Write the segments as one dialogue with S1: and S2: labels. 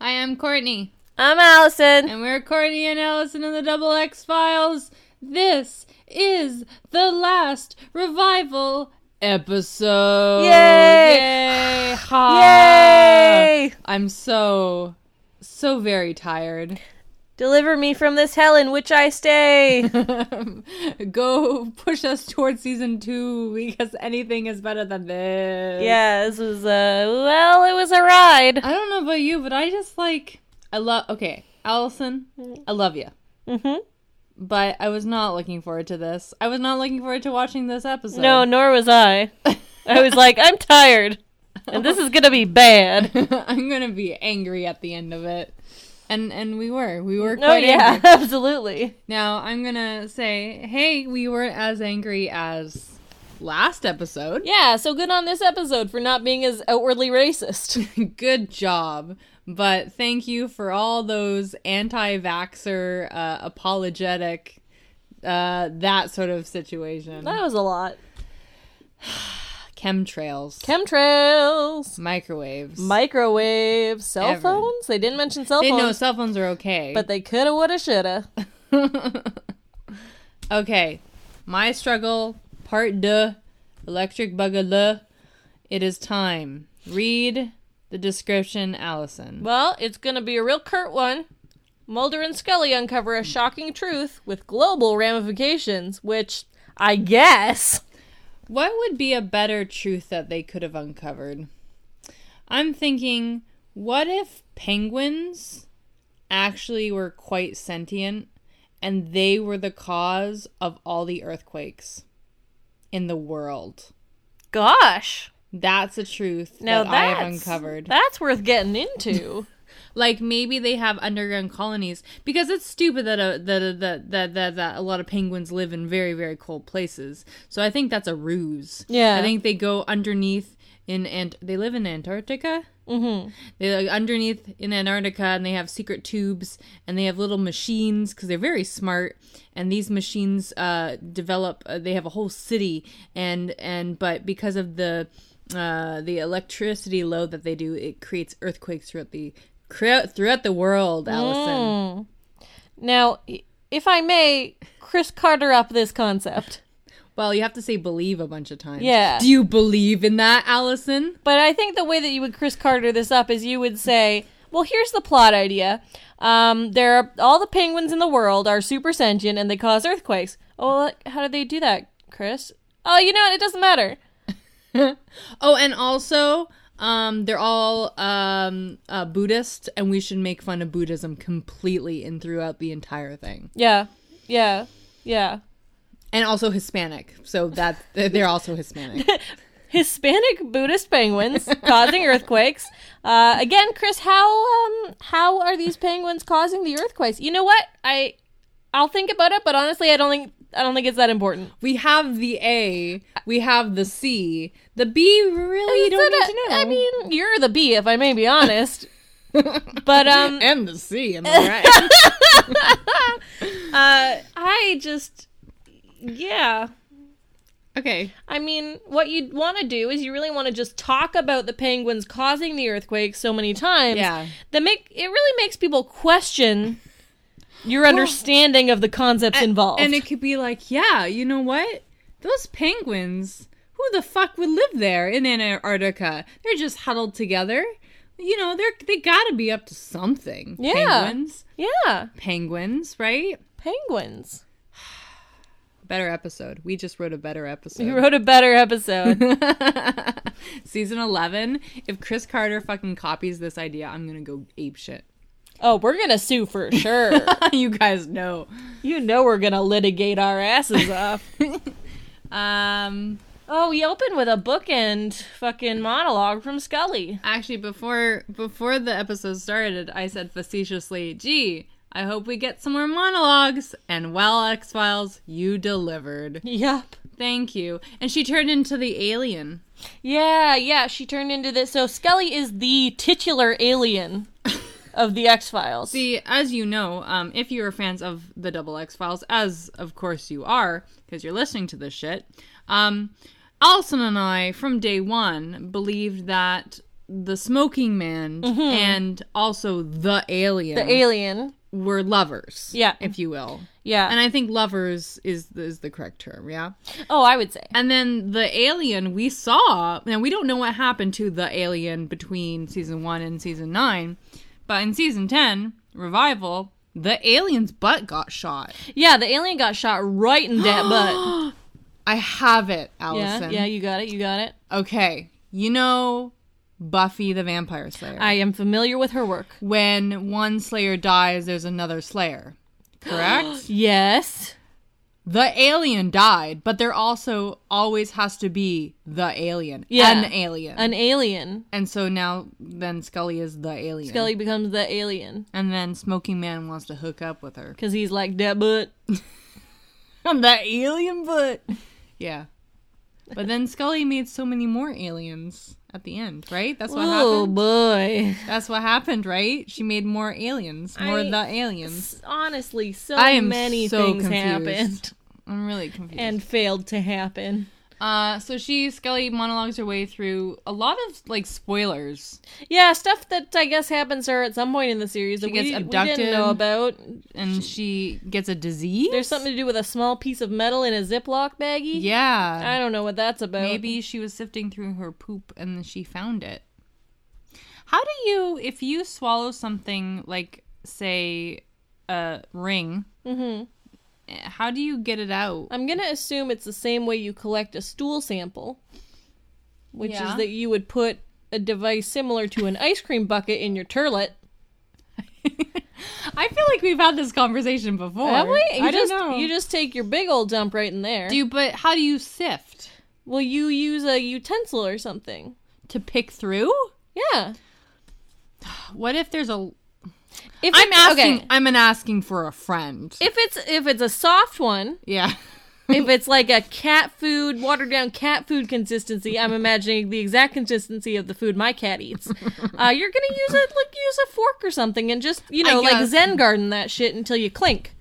S1: Hi, I'm Courtney,
S2: I'm Allison.
S1: and we're Courtney and Allison in the Double X Files. This is the last revival episode.
S2: Yay!
S1: Yay! Ha!
S2: Yay!
S1: I'm so, so very tired.
S2: Deliver me from this hell in which I stay.
S1: Go push us towards season two because anything is better than this.
S2: yeah, this was a well, it was a ride.
S1: I don't know about you, but I just like I love. Okay, Allison, I love you.
S2: Mhm.
S1: But I was not looking forward to this. I was not looking forward to watching this episode.
S2: No, nor was I. I was like, I'm tired, and this is gonna be bad.
S1: I'm gonna be angry at the end of it. And and we were, we were. Quite
S2: Oh yeah,
S1: angry.
S2: absolutely.
S1: Now I'm gonna say, hey, we weren't as angry as last episode.
S2: Yeah, so good on this episode for not being as outwardly racist.
S1: Good job. But thank you for all those anti-vaxer, uh, apologetic, uh, that sort of situation.
S2: that was a lot.
S1: chemtrails,
S2: Chemtrails,
S1: microwaves.
S2: microwaves, cell
S1: Ever.
S2: phones. They didn't mention cell
S1: they
S2: phones,
S1: know cell phones are okay.
S2: but they coulda, woulda, shoulda.
S1: okay, my struggle part deux, electric boogaloo. It is time. Read the description, Allison.
S2: Well, it's going to be a real curt one. Mulder and Scully uncover a shocking truth with global ramifications, which I guess.
S1: What would be a better truth that they could have uncovered? I'm thinking, what if penguins actually were quite sentient and they were the cause of all the earthquakes in the world?
S2: Gosh.
S1: That's a truth
S2: Now
S1: that I
S2: that's,
S1: have uncovered.
S2: That's worth getting into.
S1: like maybe they have underground colonies because it's stupid that a that uh, that that that, that a lot of penguins live in very very cold places. So I think that's a ruse.
S2: Yeah.
S1: I think they go underneath in and they live in Antarctica. Mm-hmm. They like underneath in Antarctica and they have secret tubes and they have little machines because they're very smart. And these machines uh, develop. Uh, they have a whole city and and but because of the uh, the electricity load that they do, it creates earthquakes throughout the cre- throughout the world, Allison.
S2: now, i- if I may, Chris Carter up this concept.
S1: Well, you have to say believe a bunch of times.
S2: Yeah.
S1: Do you believe in that, Allison?
S2: But I think the way that you would Chris Carter this up is you would say, well, here's the plot idea. Um, there are all the penguins in the world are super sentient and they cause earthquakes. Oh, how do they do that, Chris? Oh, you know what? It doesn't matter.
S1: Oh, and also, um, they're all um, uh, Buddhist, and we should make fun of Buddhism completely and throughout the entire thing.
S2: Yeah, yeah, yeah.
S1: And also Hispanic, so that they're also Hispanic.
S2: Hispanic Buddhist penguins causing earthquakes. Uh, again, Chris, how um how are these penguins causing the earthquakes? You know what? I I'll think about it, but honestly, I don't think I don't think it's that important.
S1: we have the A, we have the C, the B. Really, you
S2: So
S1: don't need
S2: that-
S1: to know.
S2: I mean, you're the bee, if I may be honest. but um,
S1: and the C. Am I right?
S2: uh, I just, yeah.
S1: okay.
S2: I mean, what you'd want to do is you really want to just talk about the penguins causing the earthquake so many times.
S1: Yeah.
S2: That make it really makes people question your understanding of the concepts involved.
S1: And it could be like, yeah, you know what? Those penguins, who the fuck would live there in Antarctica? They're just huddled together. You know, they're they gotta be up to something.
S2: Yeah.
S1: Penguins.
S2: yeah,
S1: Penguins, right?
S2: penguins.
S1: Better episode. We just wrote a better episode.
S2: You wrote a better episode.
S1: Season eleven. If Chris Carter fucking copies this idea, I'm gonna go ape shit.
S2: oh, we're gonna sue for sure.
S1: you guys know.
S2: you know we're gonna litigate our asses off.
S1: Um
S2: Oh, we open with a bookend fucking monologue from Scully.
S1: Actually, before before the episode started, I said facetiously, "Gee, I hope we get some more monologues." And well, X Files, you delivered.
S2: Yep.
S1: Thank you. And she turned into the alien.
S2: Yeah, yeah, she turned into this. So Scully is the titular alien of the X Files.
S1: See, as you know, um, if you are fans of the Double X Files, as of course you are, because you're listening to this shit, um, Allison and I, from day one, believed that the smoking man and also the alien
S2: Mm-hmm. the alien.
S1: were lovers.
S2: Yeah.
S1: If you will.
S2: Yeah.
S1: And I think lovers is is the correct term, yeah.
S2: oh, I would say.
S1: And then the alien we saw, and we don't know what happened to the alien between season one and season nine, but in season ten, revival, the alien's butt got shot.
S2: Yeah, the alien got shot right in that butt.
S1: I have it,
S2: Yeah,
S1: Allison.
S2: yeah, you got it, you got it.
S1: Okay. You know Buffy the Vampire Slayer.
S2: I am familiar with her work.
S1: when one Slayer dies, there's another Slayer. Correct?
S2: Yes.
S1: the alien died, but there also always has to be the alien.
S2: Yeah.
S1: An alien.
S2: An alien.
S1: and so now then Scully is the alien.
S2: Scully becomes the alien
S1: And then Smoking Man wants to hook up with her.
S2: because he's like that butt.
S1: the alien butt. Yeah. But then Scully made so many more aliens at the end, right? That's what
S2: Oh
S1: happened.
S2: boy.
S1: That's what happened, right? She made more aliens, more
S2: I-
S1: the aliens.
S2: Honestly, so
S1: I am
S2: many
S1: so
S2: things
S1: confused.
S2: happened
S1: I'm really confused.
S2: and failed to happen.
S1: uh, so she Scully monologues her way through a lot of like spoilers,
S2: Yeah, stuff that I guess happens to her at some point in the series that
S1: gets
S2: we, we
S1: abducted.
S2: didn't know about.
S1: and she gets a disease.
S2: There's something to do with a small piece of metal in a Ziploc baggie.
S1: Yeah,
S2: I don't know what that's about.
S1: Maybe she was sifting through her poop and then she found it. How do you, if you swallow something like, say, a ring, mm-hmm. how do you get it out?
S2: I'm gonna assume it's the same way you collect a stool sample, which
S1: Yeah.
S2: is that you would put a device similar to an ice cream bucket in your turlet.
S1: I feel like we've had this conversation before.
S2: Have we? You
S1: I
S2: just,
S1: don't know.
S2: You just take your big old dump right in there.
S1: do, you- but how do you sift
S2: well, you use a utensil or something.
S1: to pick through?
S2: Yeah.
S1: What if there's a?
S2: If
S1: I'm
S2: it's-
S1: asking.
S2: okay,
S1: I'm an asking for a friend.
S2: If it's if it's a soft one,
S1: yeah.
S2: if it's like a cat food, watered down cat food consistency, I'm imagining the exact consistency of the food my cat eats. Uh, you're gonna use a like use a fork or something and just you know like
S1: guess.
S2: Zen garden that shit until you clink.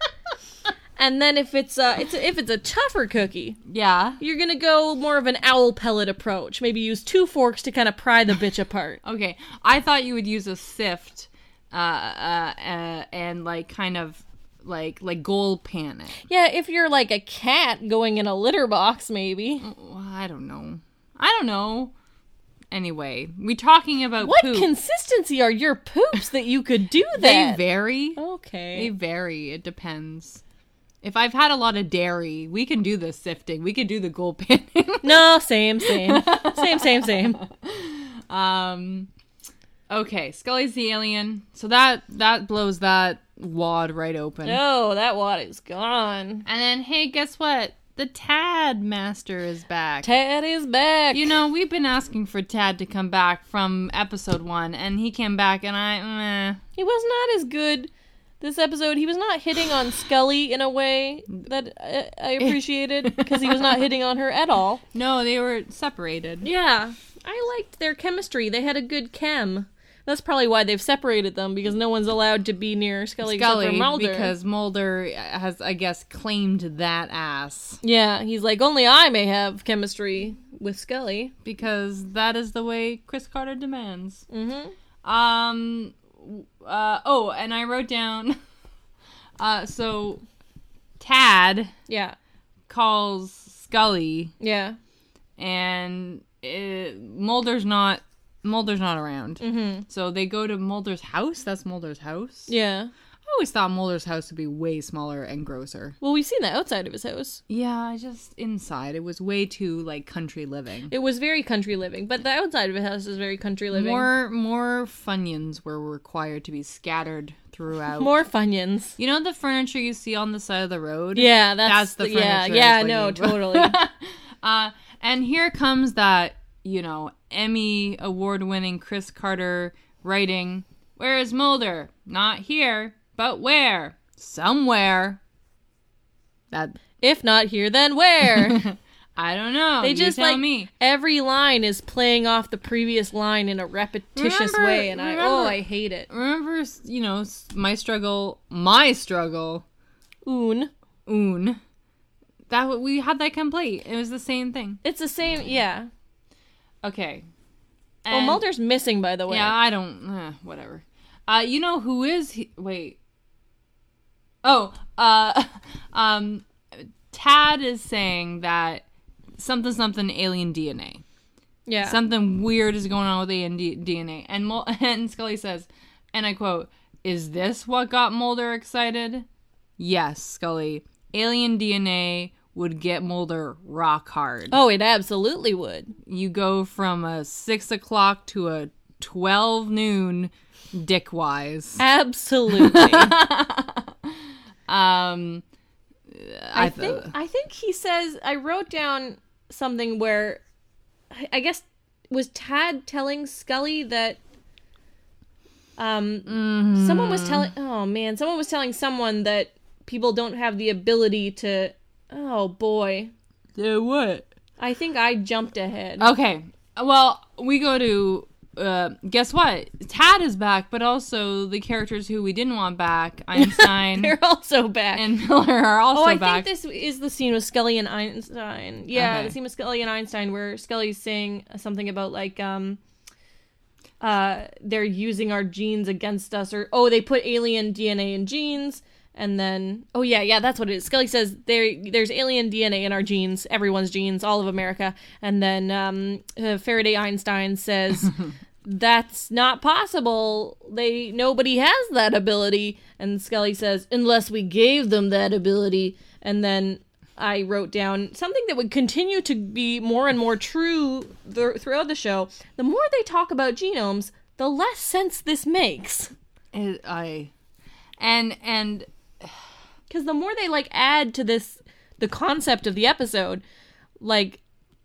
S2: and then if it's uh it's if it's a tougher cookie,
S1: yeah.
S2: you're gonna go more of an owl pellet approach. Maybe use two forks to kind of pry the bitch apart.
S1: Okay, I thought you would use a sift, uh, uh, uh and like kind of like like goal pan it.
S2: Yeah, if you're like a cat going in a litter box, maybe.
S1: Well, I don't know. I don't know. Anyway, we talking about
S2: What
S1: poop.
S2: consistency are your poops that you could do
S1: they
S2: that?
S1: vary.
S2: okay.
S1: They vary. It depends. If I've had a lot of dairy, we can do the sifting. We can do the goal panning.
S2: No, same, same, same, same, same.
S1: um, okay, Scully's the alien, so that that blows that wad right open.
S2: No, that wad is gone.
S1: And then, hey, guess what? The Tad Master is back.
S2: Ted is back.
S1: You know, we've been asking for Tad to come back from episode one, and he came back, and I, meh.
S2: he was not as good this episode. He was not hitting on Scully in a way that I, I appreciated because he was not hitting on her at all.
S1: no, they were separated.
S2: Yeah, I liked their chemistry. They had a good chem. That's probably why they've separated them because no one's allowed to be near Scully, except
S1: Scully,
S2: for Mulder.
S1: because Mulder has, I guess, claimed that ass
S2: yeah, he's like only I may have chemistry with Scully.
S1: because that is the way Chris Carter demands. Mm-hmm. Um. Uh. Oh, and I wrote down. Uh. So, Tad
S2: Yeah,
S1: calls Scully
S2: yeah.
S1: and it, Mulder's not Mulder's not around. Mm-hmm. So they go to Mulder's house. That's Mulder's house.
S2: Yeah.
S1: I always thought Mulder's house would be way smaller and grosser.
S2: Well, we've seen that outside of his house.
S1: Yeah, I just inside it was way too like country living.
S2: It was very country living, but the outside of his house is very country living.
S1: More more funyuns were required to be scattered throughout.
S2: more funyuns.
S1: you know the furniture you see on the side of the road.
S2: Yeah, that's,
S1: That's the
S2: yeah,
S1: furniture I
S2: yeah.
S1: was
S2: No,
S1: thinking.
S2: totally.
S1: Uh, And here comes that, you know, Emmy award winning Chris Carter writing Where is Mulder? Not here, but where? Somewhere. That
S2: If not here, then where?
S1: I don't know.
S2: They
S1: You
S2: just
S1: tell
S2: like
S1: me.
S2: every line is playing off the previous line in a repetitious
S1: Remember-
S2: way, and I oh
S1: remember-
S2: I hate it.
S1: Remember, you know, my struggle, my struggle,
S2: Oon.
S1: oon. That we had that complaint. It was the same thing.
S2: It's the same. Yeah.
S1: Okay.
S2: Oh, well, Mulder's missing, by the way.
S1: Yeah, I don't. Uh, whatever. Uh, you know who is? He- wait. Oh, uh, um, Tad is saying that something something alien DNA.
S2: Yeah.
S1: Something weird is going on with alien D- DNA. And Mul- and Scully says, and I quote, "Is this what got Mulder excited?" Yes, Scully. Alien DNA would get Mulder rock hard
S2: oh, it absolutely would.
S1: you go from a six o'clock to a twelve noon dick wise.
S2: Absolutely.
S1: Um
S2: I
S1: I th-
S2: think I think he says I wrote down something where I- I guess was Tad telling Scully that um
S1: Mm-hmm.
S2: someone was telling oh man someone was telling someone that people don't have the ability to oh boy
S1: do what?
S2: I think I jumped ahead
S1: Okay. Well, we go to uh guess what? Tad is back, but also the characters who we didn't want back, Einstein
S2: they're also back
S1: and Miller are also
S2: oh I
S1: back.
S2: think this is the scene with Scully and Einstein yeah
S1: Okay.
S2: the scene with Scully and Einstein where Scully's saying something about like um uh, they're using our genes against us, or oh, they put alien DNA in genes, and then oh yeah, yeah, that's what it is. Scully says there there's alien DNA in our genes, everyone's genes, all of America, and then um, uh, Faraday Einstein says that's not possible. They nobody has that ability, and Scully says unless we gave them that ability, and then. I wrote down something that would continue to be more and more true th- throughout the show. The more they talk about genomes, the less sense this makes.
S1: It- I and and
S2: Because the more they like add to this, the concept of the episode, like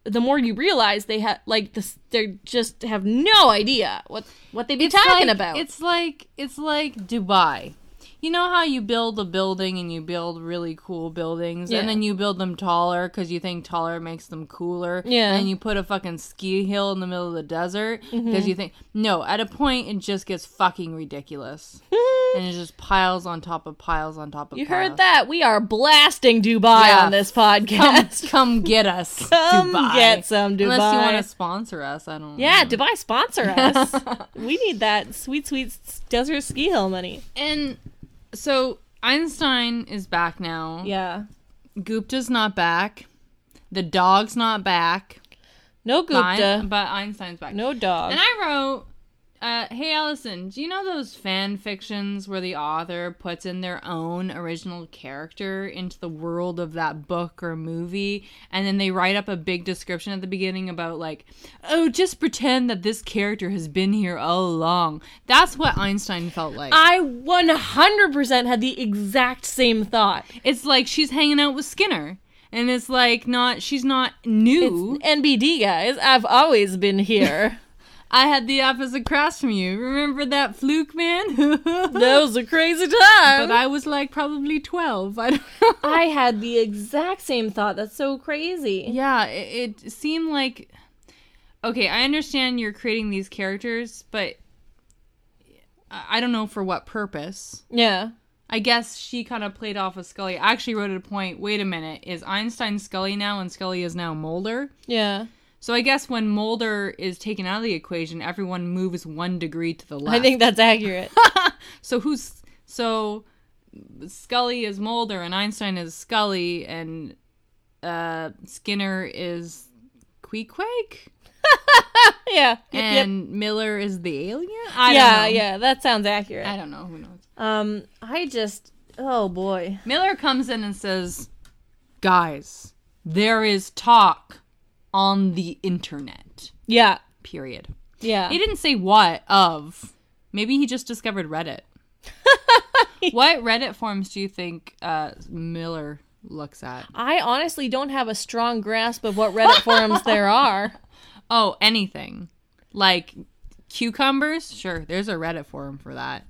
S2: the more you realize they have like this, they just have no idea what what they be talking
S1: like-
S2: about.
S1: It's like it's like Dubai. You know how you build a building and you build really cool buildings
S2: Yeah.
S1: and then you build them taller because you think taller makes them cooler.
S2: Yeah.
S1: And then you put a fucking ski hill in the middle of the desert because
S2: Mm-hmm.
S1: you think no. At a point, it just gets fucking ridiculous and it just piles on top of piles on top of.
S2: you
S1: piles.
S2: heard that? We are blasting Dubai
S1: Yeah.
S2: on this
S1: Come,
S2: podcast.
S1: come get us.
S2: Come
S1: Dubai.
S2: get some
S1: Unless you
S2: Dubai.
S1: want to sponsor us, I don't.
S2: yeah, Dubai sponsor us. we need that sweet, sweet s- desert ski hill money.
S1: And so Einstein is back now.
S2: Yeah.
S1: Gupta's not back. The dog's not back.
S2: No Gupta.
S1: Fine, but Einstein's back.
S2: No dog.
S1: And I wrote, uh, hey Allison, do you know those fan fictions where the author puts in their own original character into the world of that book or movie, and then they write up a big description at the beginning about like, oh, just pretend that this character has been here all along. That's what Einstein felt like.
S2: I 100% had the exact same thought.
S1: it's like she's hanging out with Skinner, and it's like not she's not new.
S2: NBD guys, I've always been here.
S1: I had the office across from you. Remember that fluke man? but
S2: that was a crazy time. I-,
S1: I was like probably 12. I don't know.
S2: had the exact same thought. That's so crazy.
S1: Yeah, it, it seemed like. Okay, I understand you're creating these characters, but I I don't know for what purpose.
S2: Yeah.
S1: I guess she kind of played off of Scully. I actually wrote at a point wait a minute, is Einstein Scully now and Scully is now Mulder?
S2: Yeah.
S1: So I guess when Mulder is taken out of the equation, everyone moves one degree to the left.
S2: I think that's accurate.
S1: So who's so Scully is Mulder and Einstein is Scully and uh Skinner is Queequeg
S2: yeah. Yep, yep.
S1: and Miller is the alien? I
S2: yeah,
S1: don't know.
S2: yeah, that sounds accurate.
S1: I don't know who knows.
S2: um I just oh boy.
S1: Miller comes in and says, "Guys, there is talk on the internet."
S2: Yeah.
S1: Period.
S2: Yeah.
S1: He didn't say what of. Maybe he just discovered Reddit. what Reddit forums do you think uh, Miller looks at.
S2: I honestly don't have a strong grasp of what Reddit forums there are.
S1: Oh, anything. Like cucumbers? Sure, there's a Reddit forum for that.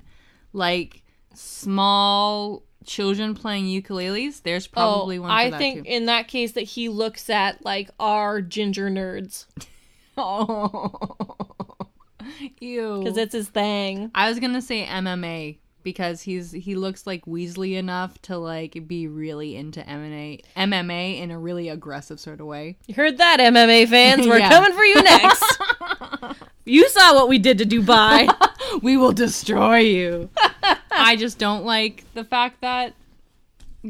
S1: Like small children playing ukuleles? There's probably
S2: oh,
S1: one for
S2: I
S1: that
S2: think
S1: too.
S2: in that case that he looks at like our ginger nerds
S1: Oh. Ew.
S2: because it's his thing.
S1: I was gonna say MMA because he's he looks like Weasley enough to like be really into MMA MMA in a really aggressive sort of way.
S2: You heard that, MMA fans? We're
S1: Yeah.
S2: coming for you next. you saw what we did to Dubai.
S1: We will destroy you. I just don't like the fact that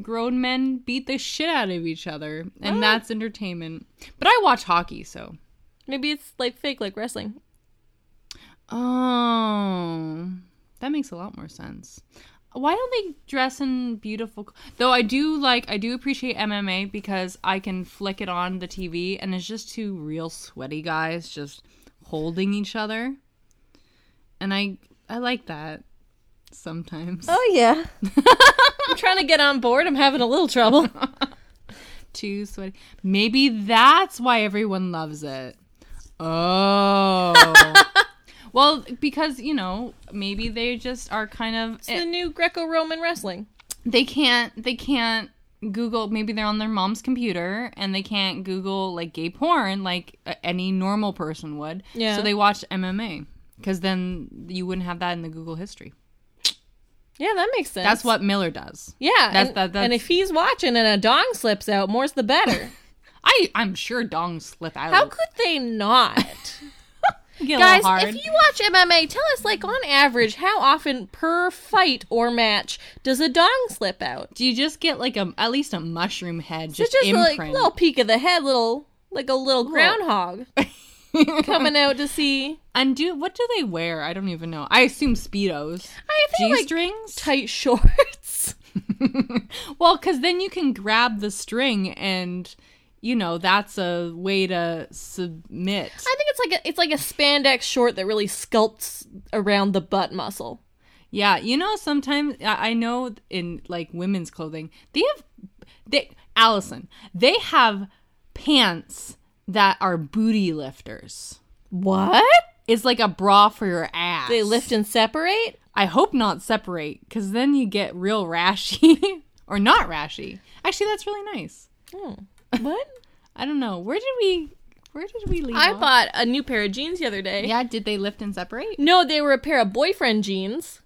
S1: grown men beat the shit out of each other, and that's entertainment. But I watch hockey, so
S2: Maybe it's like fake, like wrestling.
S1: oh, that makes a lot more sense. Why don't they dress in beautiful? Though I do like, I do appreciate MMA because I can flick it on the TV, and it's just two real sweaty guys just holding each other, and I I like that sometimes.
S2: Oh yeah. I'm trying to get on board. I'm having a little trouble.
S1: too sweaty. Maybe that's why everyone loves it. Oh. well, because, you know, maybe they just are kind of
S2: It's the new Greco-Roman wrestling.
S1: they can't they can't Google maybe they're on their mom's computer and they can't Google like gay porn like a- any normal person would.
S2: Yeah.
S1: So they watch MMA cuz then you wouldn't have that in the Google history.
S2: Yeah, that makes sense.
S1: That's what Miller does.
S2: Yeah,
S1: That's-
S2: and,
S1: that- that's-
S2: and if he's watching and a dong slips out, more's the better.
S1: I I'm sure dong slip out.
S2: How could they not?
S1: Get a little
S2: Guys,
S1: hard.
S2: if you watch MMA, tell us like on average how often per fight or match does a dong slip out?
S1: Do you just get like a at least a mushroom head
S2: It's
S1: just,
S2: just a like
S1: imprint?
S2: little peek of the head, little like a little groundhog coming out to see.
S1: and do what do they wear? I don't even know. I assume speedos,
S2: I think
S1: g
S2: like
S1: strings.
S2: tight shorts.
S1: well, because then you can grab the string, and you know that's a way to submit.
S2: I think it's like a, it's like a spandex short that really sculpts around the butt muscle.
S1: yeah, you know sometimes I I know in like women's clothing they have they Allison they have pants that are booty lifters.
S2: What?
S1: It's like a bra for your ass.
S2: They lift and separate?
S1: I hope not separate, because then you get real rashy or not rashy. Actually, that's really nice.
S2: What?
S1: I don't know. Where did we? Where did we leave?
S2: I
S1: off?
S2: bought a new pair of jeans the other day.
S1: Yeah, did they lift and separate?
S2: No, they were a pair of boyfriend jeans.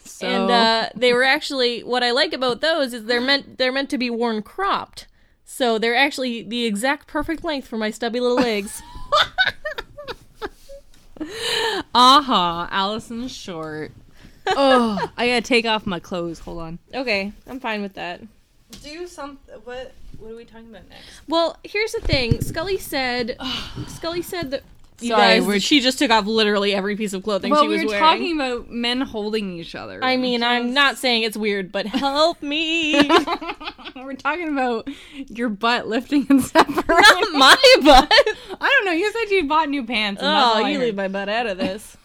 S1: So
S2: And uh, they were actually what I like about those is they're meant they're meant to be worn cropped. So they're actually the exact perfect length for my stubby little legs.
S1: aha, Allison's short. oh, I gotta take off my clothes. Hold on.
S2: okay, I'm fine with that.
S1: Do something. What? What are we talking about next?
S2: Well, here's the thing. Scully said Scully said that you
S1: Sorry,
S2: guys,
S1: we're-
S2: she just took off literally every piece of clothing
S1: Well,
S2: she
S1: we
S2: was
S1: were
S2: wearing.
S1: talking about men holding each other.
S2: I mean, I'm not saying it's weird, but help me. Not
S1: we're talking about your butt lifting and separating.
S2: my butt.
S1: I don't know. You said you bought new pants. And that's all
S2: Oh,
S1: I
S2: you
S1: heard.
S2: leave my butt out of this.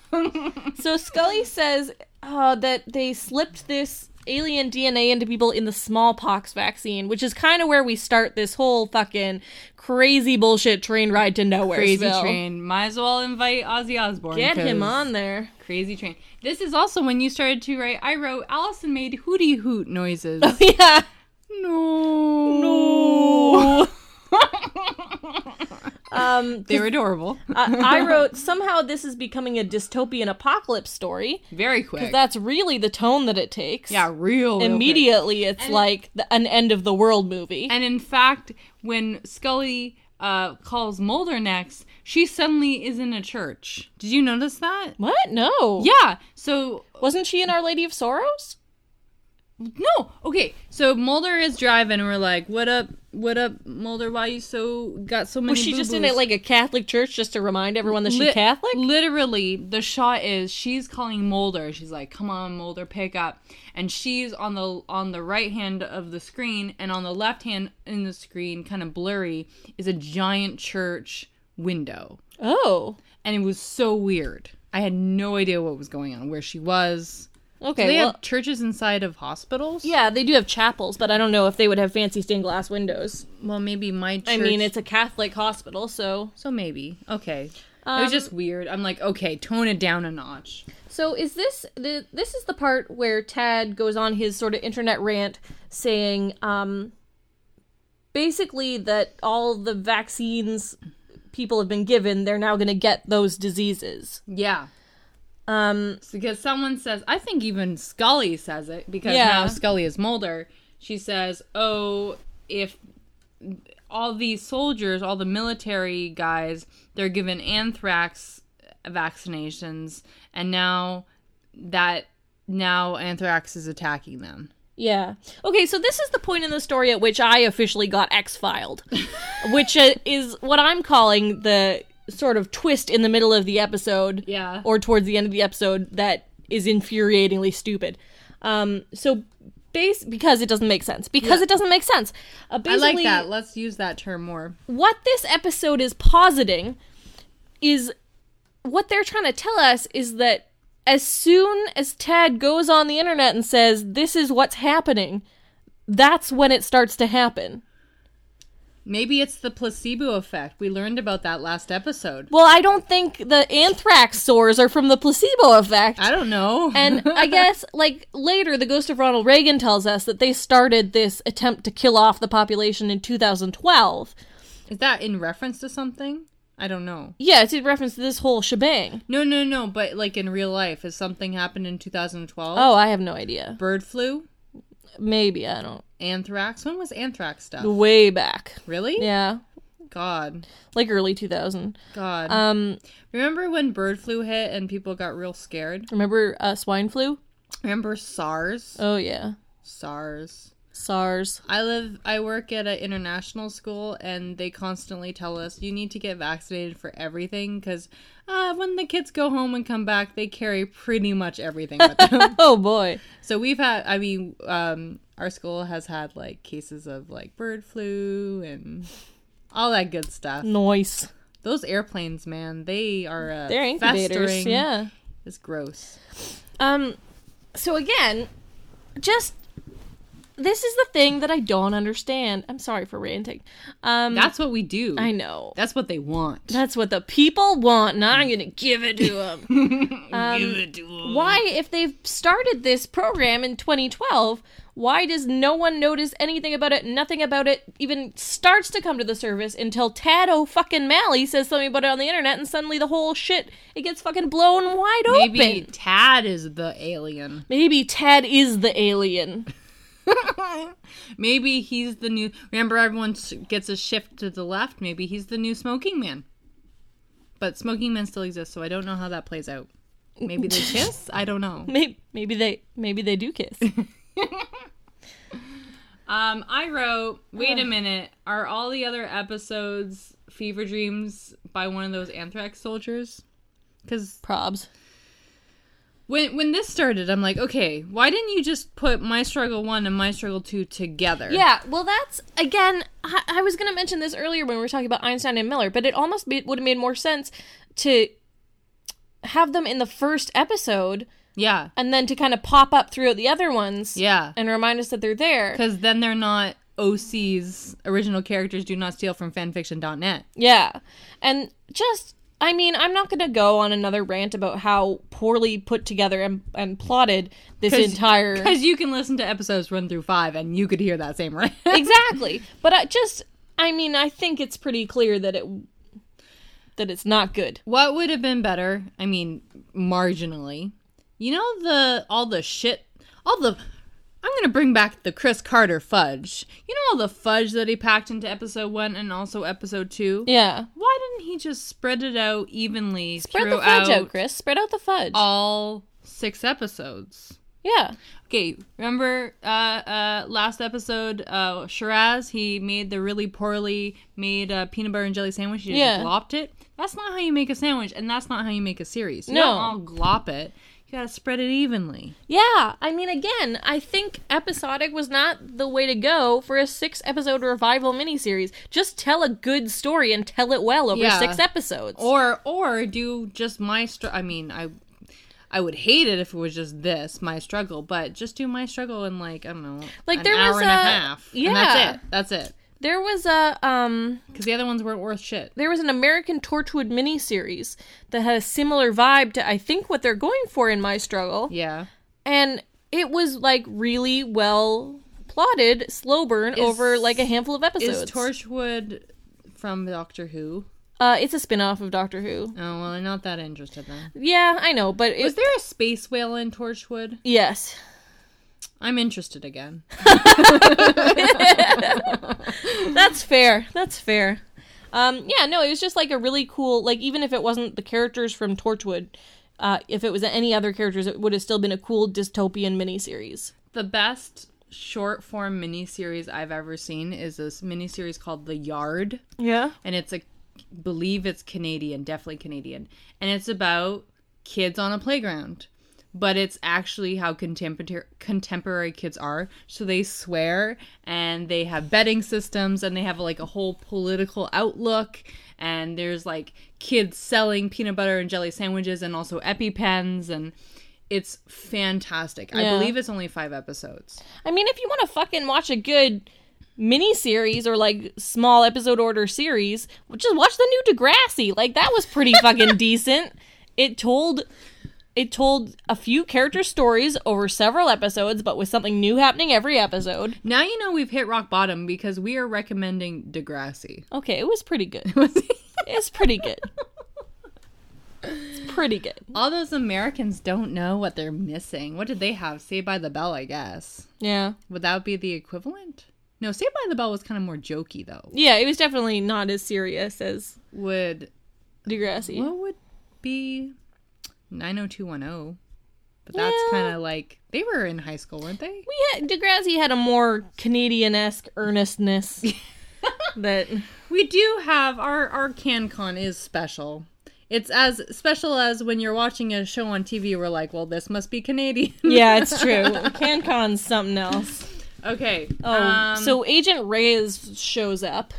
S2: so Scully says uh, that they slipped this alien DNA into people in the smallpox vaccine, which is kind of where we start this whole fucking crazy bullshit train ride to nowhere.
S1: Crazy Train. Might as well invite Ozzy Osbourne.
S2: Get him
S1: 'cause
S2: on there.
S1: Crazy Train. This is also when you started to write. I wrote Allison made hootie hoot noises.
S2: yeah.
S1: no,
S2: No. um,
S1: They were adorable.
S2: I, I wrote somehow this is becoming a dystopian apocalypse story.
S1: Very quick.
S2: That's really the tone that it takes.
S1: yeah, real. real quick.
S2: Immediately, it's like the, an end of the world movie.
S1: And in fact, when Scully uh, calls Mulder next, she suddenly is in a church. Did you notice that?
S2: what? No.
S1: Yeah. So
S2: Wasn't she in Our Lady of Sorrows?
S1: No. Okay. So Mulder is driving, and we're like, "What up? What up, Mulder? Why you so got so many?"
S2: Was she just in
S1: boo-boos?"
S2: it like a Catholic church just to remind everyone that she's
S1: Li-
S2: Catholic?
S1: Literally, the shot is she's calling Mulder. She's like, "Come on, Mulder, pick up," and she's on the on the right hand of the screen, and on the left hand in the screen, kind of blurry, is a giant church window,
S2: oh.
S1: and it was so weird. I had no idea what was going on, where she was.
S2: Okay.
S1: they
S2: well,
S1: have churches inside of hospitals.
S2: yeah, they do have chapels, but I don't know if they would have fancy stained glass windows.
S1: Well, maybe my church.
S2: I mean, it's a Catholic hospital, so
S1: so maybe okay. it
S2: Um,
S1: was just weird. I'm like, okay, tone it down a notch.
S2: So is this the this is the part where Tad goes on his sort of internet rant saying um basically that all the vaccines people have been given they're now going to get those diseases.
S1: Yeah.
S2: Um
S1: because someone says I think even Scully says it because
S2: Yeah.
S1: now Scully is Mulder. She says, "Oh, if all these soldiers, all the military guys, they're given anthrax vaccinations, and now that now anthrax is attacking them."
S2: yeah. Okay, so this is the point in the story at which I officially got X-filed, which uh, is what I'm calling the sort of twist in the middle of the episode.
S1: Yeah.
S2: or towards the end of the episode that is infuriatingly stupid. Um, so base because it doesn't make sense because it doesn't make sense. Uh,
S1: I like
S2: basically,
S1: that. Let's use that term more.
S2: What this episode is positing is what they're trying to tell us is that as soon as Tad goes on the internet and says this is what's happening, that's when it starts to happen.
S1: Maybe it's the placebo effect. We learned about that last episode.
S2: Well, I don't think the anthrax sores are from the placebo effect.
S1: I don't know.
S2: And I guess, like, later, the ghost of Ronald Reagan tells us that they started this attempt to kill off the population in 2012.
S1: is that in reference to something? I don't know.
S2: Yeah, it's in reference to this whole shebang.
S1: No, no, no. But like in real life, has something happened in 2012?
S2: Oh, I have no idea.
S1: bird flu,
S2: Maybe, I don't.
S1: anthrax. When was anthrax stuff?
S2: Way back.
S1: Really?
S2: Yeah,
S1: God,
S2: like early 2000.
S1: God.
S2: Um,
S1: remember when bird flu hit and people got real scared?
S2: remember uh, swine flu?
S1: Remember SARS?
S2: Oh, yeah.
S1: SARS.
S2: SARS.
S1: I live. I work at an international school, and they constantly tell us you need to get vaccinated for everything because uh, when the kids go home and come back, they carry pretty much everything with them.
S2: Oh, boy.
S1: So we've had, I mean, um, our school has had like cases of like bird flu and all that good stuff.
S2: Noise.
S1: Those airplanes, man, they are uh,
S2: They're incubators.
S1: festering.
S2: Yeah.
S1: it's gross.
S2: Um, so again, just this is the thing that I don't understand. I'm sorry for ranting. Um,
S1: That's what we do.
S2: I know
S1: That's what they want.
S2: that's what the people want, and I'm gonna give it to them. Um,
S1: Give it to 'em.
S2: why, if they've started this program in 2012, why does no one notice anything about it? Nothing about it even starts to come to the surface until Tad O fucking Malley says something about it on the internet, and suddenly the whole shit it gets fucking blown wide
S1: Maybe
S2: open.
S1: Tad is the alien.
S2: Maybe Tad is the alien.
S1: Maybe he's the new. Remember, everyone s- gets a shift to the left. Maybe he's the new smoking man. But smoking man still exists, so I don't know how that plays out. Maybe they kiss. I don't know.
S2: Maybe, maybe they maybe they do kiss.
S1: Um, I wrote, wait a minute, are all the other episodes fever dreams by one of those anthrax soldiers? Because
S2: Probs.
S1: when when this started, I'm like, okay, why didn't you just put My Struggle One and My Struggle Two together?
S2: Yeah. Well, that's again. I, I was gonna mention this earlier when we were talking about Einstein and Miller, but it almost made, would have made more sense to have them in the first episode
S1: yeah,
S2: and then to kind of pop up throughout the other ones.
S1: yeah.
S2: And remind us that they're there.
S1: Because then they're not OCs. Original characters do not steal from fanfiction.net.
S2: Yeah. And just, I mean, I'm not going to go on another rant about how poorly put together and, and plotted this entire.
S1: Because you can listen to episodes one through five, and you could hear that same rant.
S2: exactly. But I just, I mean, I think it's pretty clear that it that it's not good.
S1: What would have been better? I mean, marginally. You know the all the shit, all the. I'm gonna bring back the Chris Carter fudge. You know all the fudge that he packed into episode one and also episode two.
S2: Yeah.
S1: Why didn't he just spread it out evenly
S2: Spread the
S1: throughout
S2: fudge out, Chris. Spread out the fudge.
S1: all six episodes?
S2: yeah.
S1: Okay, remember uh, uh, last episode, uh, Shiraz, he made the really poorly made uh, peanut butter and jelly sandwich. He just
S2: Yeah.
S1: glopped it. That's not how you make a sandwich, and that's not how you make a series. You
S2: No.
S1: don't all glop it. You gotta spread it evenly.
S2: Yeah. I mean, again, I think episodic was not the way to go for a six episode revival miniseries. Just tell a good story and tell it well over
S1: Yeah.
S2: six episodes.
S1: Or or do just my str- I mean, I I would hate it if it was just this my struggle, but just do my struggle in like I don't know,
S2: Like,
S1: an
S2: there
S1: hour
S2: was
S1: and a
S2: a-
S1: half. And
S2: yeah.
S1: that's it. That's it.
S2: There was a um
S1: Because the other ones weren't worth shit.
S2: there was an American Torchwood miniseries that had a similar vibe to I think what they're going for in My Struggle.
S1: Yeah,
S2: And it was like really well plotted, slow burn over like a handful of
S1: is
S2: episodes.
S1: Torchwood from Doctor Who?
S2: uh it's a spin-off of Doctor Who.
S1: Oh well, I'm not that interested then.
S2: Yeah, I know, but it
S1: Is there a space whale in Torchwood?
S2: Yes.
S1: I'm interested again.
S2: That's fair. That's fair. Um, yeah, no, it was just like a really cool, like even if it wasn't the characters from Torchwood, uh, if it was any other characters, it would have still been a cool dystopian miniseries.
S1: The best short form miniseries I've ever seen is this miniseries called The Yard.
S2: Yeah.
S1: and it's a believe it's Canadian, definitely Canadian, and it's about kids on a playground. But it's actually how contemporary contemporary kids are. So they swear and they have betting systems and they have like a whole political outlook. And there's like kids selling peanut butter and jelly sandwiches and also EpiPens and it's fantastic.
S2: Yeah.
S1: I believe it's only five episodes.
S2: I mean, if you want to fucking watch a good miniseries or like small episode order series, just watch the new Degrassi. Like that was pretty fucking decent. It told it told a few character stories over several episodes, but with something new happening every episode.
S1: Now you know we've hit rock bottom because we are recommending Degrassi.
S2: Okay, it was pretty good. It's pretty good. It's pretty good.
S1: All those Americans don't know what they're missing. What did they have? Saved by the Bell, I guess.
S2: Yeah.
S1: Would that be the equivalent? No, Saved by the Bell was kind of more jokey though.
S2: Yeah, it was definitely not as serious as
S1: Would
S2: Degrassi.
S1: what would be 90210? But that's
S2: Yeah.
S1: kind of like they were in high school, weren't they?
S2: Yeah, Degrassi had a more Canadian esque earnestness that
S1: We do have our our CanCon is special. It's as special as when you're watching a show on TV. We're like, well, this must be Canadian.
S2: Yeah, it's true. CanCon's something else.
S1: okay.
S2: Oh,
S1: Um,
S2: so Agent Reyes shows up.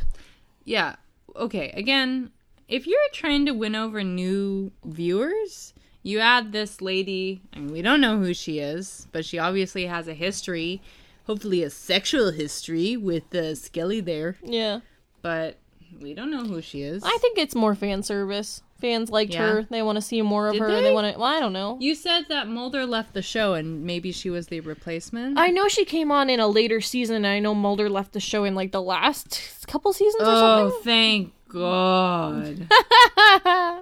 S1: Yeah. Okay. Again, if you're trying to win over new viewers, you add this lady. I mean, we don't know who she is, but she obviously has a history, hopefully a sexual history with uh, Skelly there.
S2: Yeah.
S1: But we don't know who she is.
S2: I think it's more fan service. Fans liked
S1: Yeah.
S2: her. They want to see more of
S1: Did
S2: her. They,
S1: they?
S2: want to. Well, I don't know.
S1: you said that Mulder left the show, and maybe she was the replacement.
S2: I know she came on in a later season. And I know Mulder left the show in like the last couple seasons or
S1: oh,
S2: something.
S1: thank God.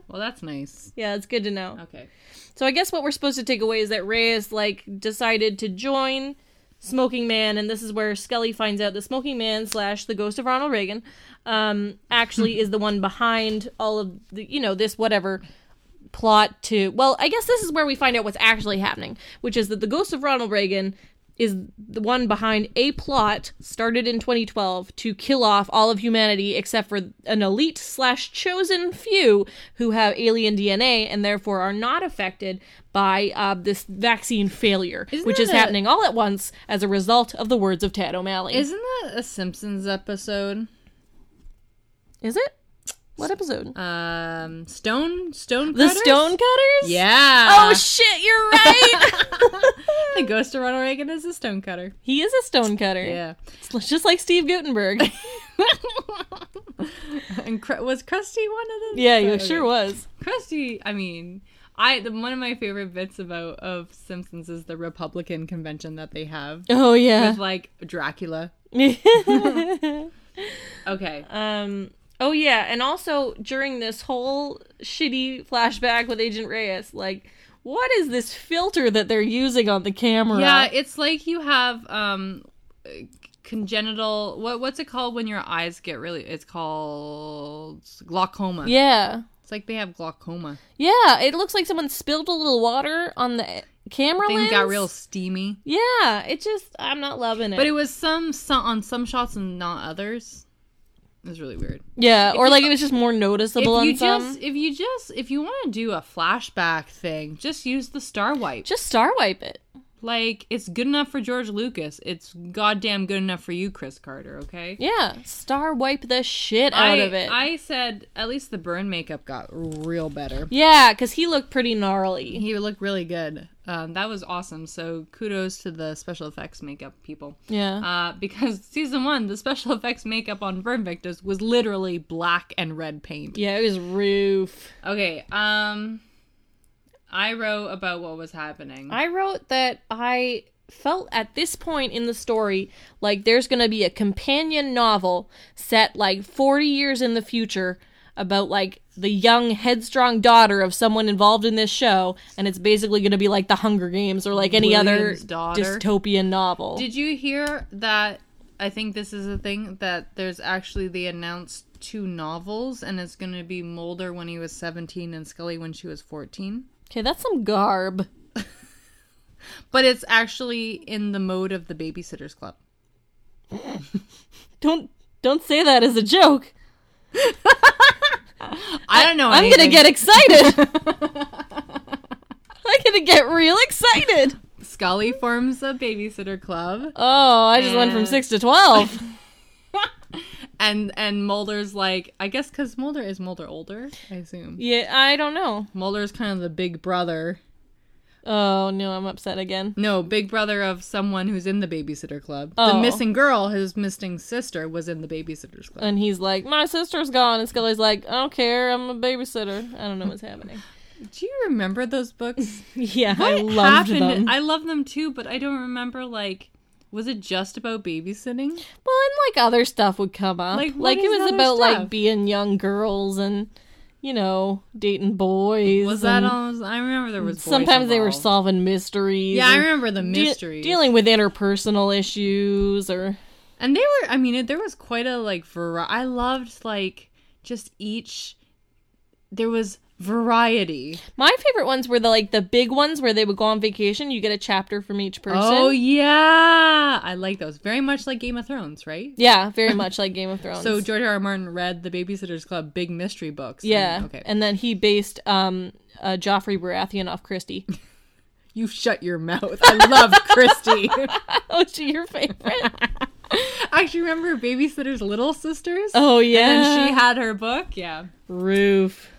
S1: well, that's nice.
S2: Yeah, it's good to know.
S1: Okay.
S2: So I guess what we're supposed to take away is that Reyes like decided to join Smoking Man, and this is where Scully finds out the Smoking Man slash the Ghost of Ronald Reagan um, actually is the one behind all of the you know this whatever plot to well I guess this is where we find out what's actually happening, which is that the Ghost of Ronald Reagan is the one behind a plot started in 2012 to kill off all of humanity except for an elite slash chosen few who have alien DNA and therefore are not affected by uh, this vaccine failure,
S1: Isn't
S2: which
S1: that
S2: is
S1: a-
S2: happening all at once as a result of the words of Tad O'Malley. Is,
S1: Isn't that a Simpsons episode?
S2: it? What episode?
S1: Um, Stone Stone
S2: the
S1: Cutters?
S2: Stonecutters?
S1: Yeah.
S2: Oh shit, you're right.
S1: the ghost of Ronald Reagan is a stonecutter.
S2: he is a stonecutter.
S1: Yeah.
S2: It's just like Steve Gutenberg.
S1: and Cr- was Krusty one of them?
S2: yeah, he sure was.
S1: Krusty. I mean, I the, one of my favorite bits about of Simpsons is the Republican convention that they have
S2: Oh yeah.
S1: with like Dracula. Okay.
S2: Um. Oh yeah, and also during this whole shitty flashback with Agent Reyes, like, what is this filter that they're using on the camera?
S1: Yeah, it's like you have um congenital. What what's it called when your eyes get really? It's called glaucoma.
S2: yeah,
S1: It's like they have glaucoma.
S2: yeah. It looks like someone spilled a little water on the camera
S1: Things
S2: lens.
S1: got real steamy.
S2: Yeah, it just I'm not loving it.
S1: But it was some, some on some shots and not others. It was really weird.
S2: yeah, or like it was just more
S1: If
S2: noticeable on
S1: you
S2: some.
S1: just if you just if you want to do a flashback thing, just use the star wipe.
S2: just star wipe it.
S1: Like it's good enough for George Lucas. It's goddamn good enough for you, Chris Carter. Okay.
S2: Yeah, star wipe the shit out
S1: I,
S2: of it.
S1: I said at least the burn makeup got real better.
S2: yeah, because he looked pretty gnarly.
S1: He looked really good. Um, that was awesome. So kudos to the special effects makeup people.
S2: Yeah.
S1: Uh, because season one, the special effects makeup on burn victims was literally black and red paint.
S2: yeah, it was roof.
S1: Okay. Um, I wrote about what was happening.
S2: I wrote that I felt at this point in the story like there's going to be a companion novel set like 40 years in the future about like the young headstrong daughter of someone involved in this show and it's basically going to be like the Hunger Games or like any
S1: William's
S2: other
S1: daughter.
S2: dystopian novel.
S1: Did you hear that? I think this is the thing that there's actually they announced two novels, and it's going to be Mulder when he was 17 and Scully when she was 14.
S2: okay, that's some garb.
S1: But it's actually in the mode of the Babysitters Club.
S2: Don't don't say that as a joke.
S1: I don't know.
S2: I'm going to
S1: anything.
S2: get excited. I'm going to get real excited.
S1: Scully forms a babysitter club,
S2: Oh, I just went from
S1: And-
S2: 6 to 12.
S1: and and Mulder's like, I guess because Mulder is Mulder older, I assume.
S2: yeah, I don't know.
S1: Mulder's kind of the big brother.
S2: Oh no, I'm upset again.
S1: No, big brother of someone who's in the babysitter club. The
S2: Oh.
S1: missing girl, his missing sister, was in the babysitters club.
S2: And he's like, "My sister's gone," and Scully's like, "I don't care. I'm a babysitter. I don't know what's happening."
S1: Do you remember those books?
S2: Yeah, Uh, I
S1: What
S2: loved
S1: happened-
S2: them.
S1: I love them too, but I don't remember like was it just about babysitting?
S2: well, and like other stuff would come up,
S1: Like,
S2: like, it
S1: what is
S2: was
S1: other
S2: about
S1: stuff?
S2: like being young girls and you know dating boys.
S1: Was that
S2: and
S1: all? I remember there was. boys
S2: Sometimes they were
S1: involved.
S2: solving mysteries.
S1: Yeah, I
S2: and
S1: remember the
S2: de-
S1: mystery.
S2: dealing with interpersonal issues or
S1: and they were. I mean, it, there was quite a like. Vari- I loved like just each. There was variety.
S2: my favorite ones were the like the big ones where they would go on vacation. You get a chapter from each person.
S1: Oh yeah, I like those very much like Game of Thrones, right?
S2: yeah, very much like Game of Thrones.
S1: So George R. R. Martin read the Babysitters Club big mystery books. and-
S2: Yeah.
S1: okay.
S2: And then he based um uh, Joffrey Baratheon off Christie.
S1: you shut your mouth. I love Christie.
S2: oh, she your favorite?
S1: Actually, remember Babysitter's Little Sisters?
S2: oh
S1: And
S2: yeah.
S1: she had her book. Yeah.
S2: roof.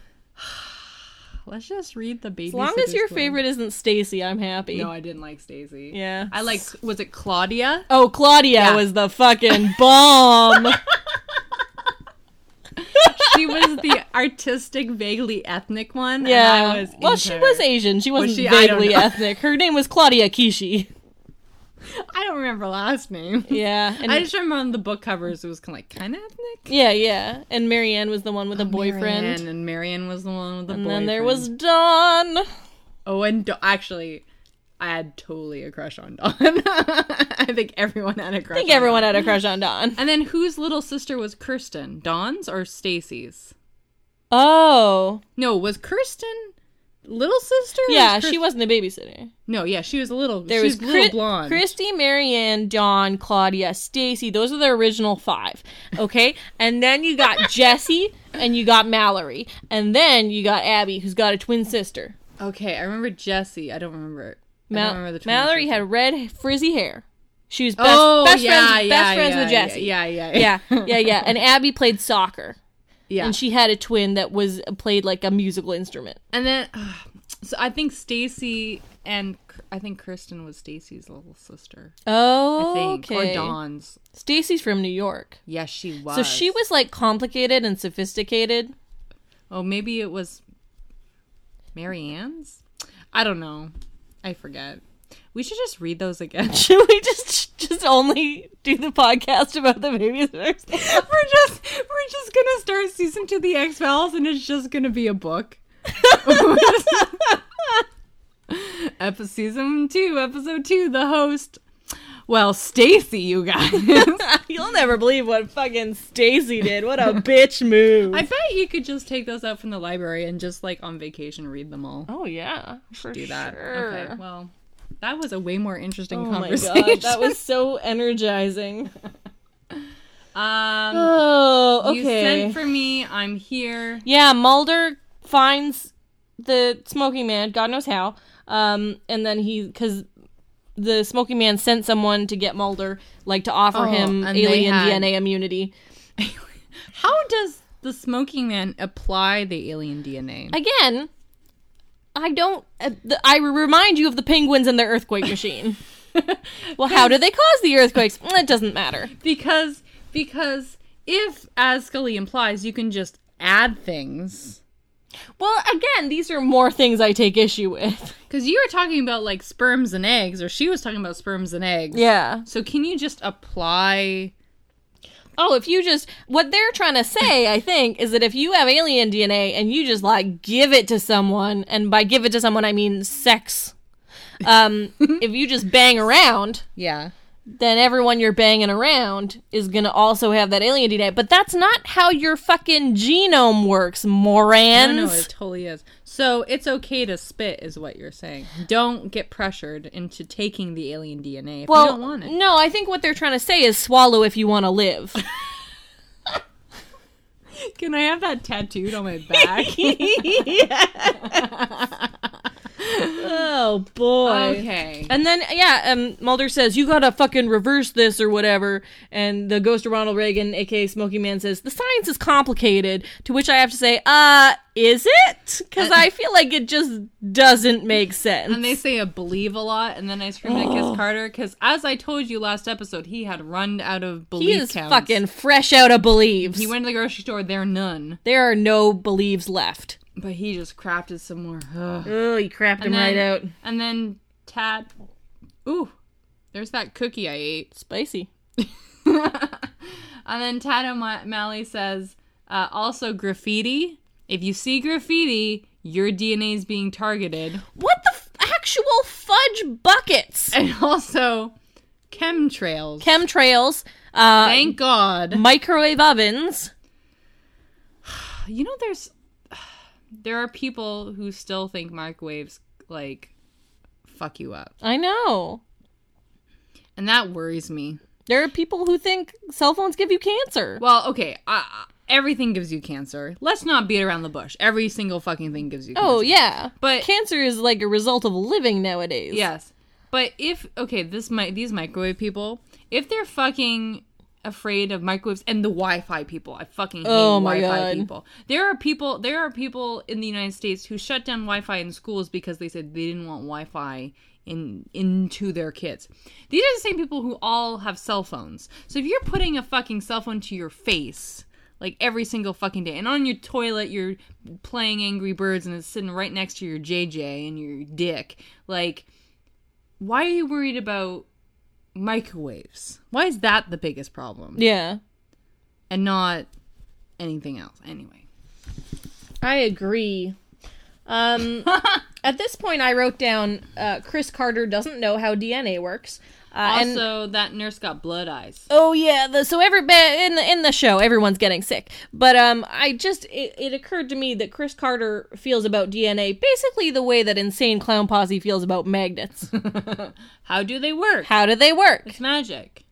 S1: Let's just read the baby.
S2: As long as your favorite isn't Stacy, I'm happy.
S1: No, I didn't like Stacey.
S2: Yeah.
S1: I like. Was it Claudia?
S2: oh, Claudia was the fucking bomb.
S1: She was the artistic, vaguely ethnic one. and
S2: yeah.
S1: I was
S2: well, she
S1: into her.
S2: was Asian. She wasn't
S1: she? I don't
S2: vaguely
S1: know.
S2: ethnic. Her name was Claudia Kishi.
S1: I don't remember last name.
S2: Yeah. And,
S1: I just remember on the book covers it was kind of like kind of ethnic.
S2: yeah, yeah. And Marianne was the one with a boyfriend.
S1: Oh, Marianne, and Marianne was the one with the
S2: And
S1: boyfriend.
S2: then there was Dawn.
S1: Oh, and Do- actually, I had totally a crush on Dawn. I think everyone had a crush.
S2: I think everyone had a crush on Dawn.
S1: And then whose little sister was Kirsten? Dawn's or Stacy's?
S2: Oh.
S1: No, was Kirsten little sister? or
S2: Yeah,
S1: was Kirst-
S2: she wasn't a babysitter.
S1: No, yeah, she was a little.
S2: There
S1: she was,
S2: was
S1: little
S2: Chris-
S1: blonde.
S2: Christy, Marianne, Dawn, Claudia, Stacy. Those are the original five. Okay, and then you got Jesse, and you got Mallory, and then you got Abby, who's got a twin sister.
S1: okay, I remember Jesse. I don't remember. I
S2: Mal-
S1: don't remember the twin
S2: Mallory
S1: sister.
S2: had red frizzy hair. She was best,
S1: Oh
S2: best
S1: yeah,
S2: friends,
S1: yeah,
S2: best friends
S1: yeah,
S2: with Jesse.
S1: Yeah, yeah,
S2: yeah, yeah, yeah. And Abby played soccer,
S1: yeah.
S2: and she had a twin that was played like a musical instrument.
S1: And then, uh, so I think Stacy and K- I think Kirsten was Stacy's little sister. I
S2: Oh,
S1: think
S2: okay.
S1: or Dawn's.
S2: Stacy's from New York,
S1: Yes, she was.
S2: so she was like complicated and sophisticated.
S1: Oh, maybe it was Marianne's? I don't know. I forget. We should just read those again.
S2: Should we just just only do the podcast about the babysitters?
S1: we're just we're just gonna start season two of the X Files and it's just gonna be a book. Episode season two, episode two, the host. Well, Stacy, you guys. I
S2: You'll never believe what fucking Stacy did. What a bitch move.
S1: bet you could just take those out from the library and just like on vacation read them all.
S2: oh yeah, for
S1: Do that.
S2: Sure.
S1: Okay. Well, that was a way more interesting
S2: Oh my
S1: conversation.
S2: god, that was so energizing.
S1: um
S2: Oh, okay.
S1: You sent for me. I'm here.
S2: yeah, Mulder finds the smoking man, God knows how. Um, and then he, because the Smoking Man sent someone to get Mulder, like to offer
S1: Oh,
S2: him
S1: and they
S2: alien
S1: had-
S2: DNA immunity.
S1: How does the smoking man apply the alien DNA?
S2: Again, I don't. Uh, the, I remind you of the penguins and the earthquake machine. well, how do they cause the earthquakes? Mm, It doesn't matter.
S1: because because if as Scully implies, you can just add things.
S2: Well, again, these are more things I take issue with.
S1: Because you were talking about like sperms and eggs, or she was talking about sperms and eggs.
S2: Yeah.
S1: So can you just apply?
S2: Oh, if you just what they're trying to say, I think, is that if you have alien DNA and you just like give it to someone, and by give it to someone I mean sex. Um, if you just bang around,
S1: Yeah.
S2: then everyone you're banging around is gonna also have that alien DNA. But that's not how your fucking genome works,
S1: No,
S2: Morans.
S1: no, it totally is. So it's okay to spit, is what you're saying. Don't get pressured into taking the alien DNA if
S2: well,
S1: you don't want it.
S2: no, I think what they're trying to say is swallow if you want to live.
S1: Can I have that tattooed on my back?
S2: oh boy.
S1: okay.
S2: And then yeah, um, Mulder says you gotta fucking reverse this or whatever, and the ghost of Ronald Reagan, aka Smoking Man, says the science is complicated. To which I have to say, uh, is it? Because I feel like it just doesn't make sense.
S1: Uh, And they say I believe a lot, and then I scream at Kiss Carter because, as I told you last episode, he had run out of belief
S2: he is
S1: counts.
S2: fucking fresh out of believes.
S1: He went to the grocery store. There are none,
S2: there are no believes left.
S1: but he just crafted some more. Ugh.
S2: Oh, he crapped him right out.
S1: And then Tat. Ooh, there's that cookie I ate.
S2: Spicy.
S1: And then Tad O'Malley says, uh, also graffiti. If you see graffiti, your DNA is being targeted.
S2: What the f- actual fudge buckets?
S1: And also chemtrails.
S2: Chemtrails. Uh,
S1: Thank God.
S2: microwave ovens.
S1: You know, there's there are people who still think microwaves like fuck you up,
S2: I know.
S1: and that worries me.
S2: There are people who think cell phones give you cancer.
S1: Well, okay, I, I- everything gives you cancer. Let's not beat around the bush. Every single fucking thing gives you. cancer.
S2: Oh yeah,
S1: But-
S2: cancer is like a result of living nowadays.
S1: Yes. But if okay, this might these microwave people, if they're fucking afraid of microwaves and the Wi-Fi people, I fucking hate
S2: Oh my
S1: Wi-Fi
S2: God.
S1: people. There are people there are people in the United States who shut down Wi-Fi in schools because they said they didn't want Wi-Fi in into their kids. These are the same people who all have cell phones. So if you're putting a fucking cell phone to your face, like every single fucking day. And on your toilet, you're playing Angry Birds and it's sitting right next to your JJ and your dick. Like, why are you worried about microwaves? Why is that the biggest problem?
S2: Yeah,
S1: And not anything else. Anyway.
S2: I agree. Um, at this point, I wrote down uh, Chris Carter doesn't know how DNA works. Uh, and-
S1: Also, that nurse got blood eyes.
S2: Oh yeah, the, so every ba- in the in the show, everyone's getting sick. But um, I just it, it occurred to me that Chris Carter feels about DNA basically the way that insane clown posse feels about magnets.
S1: How do they work?
S2: How do they work?
S1: It's magic.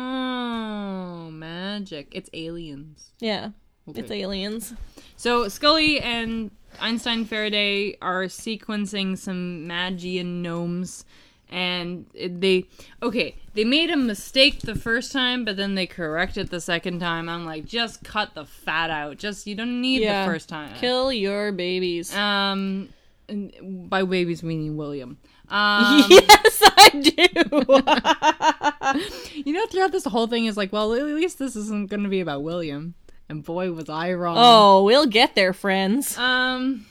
S1: Oh, magic. It's aliens.
S2: Yeah, it's aliens.
S1: So Scully and Einstein Faraday are sequencing some Magian gnomes, and it- they okay they made a mistake the first time, but then they correct it the second time. I'm like, just cut the fat out. Just you don't need
S2: Yeah.
S1: the first time.
S2: Kill your babies.
S1: um, and by babies we mean William. Um,
S2: yes, I
S1: you know, throughout this whole thing is like, well, at least this isn't going to be about William. And boy, was I wrong.
S2: oh, we'll get there, friends.
S1: Um,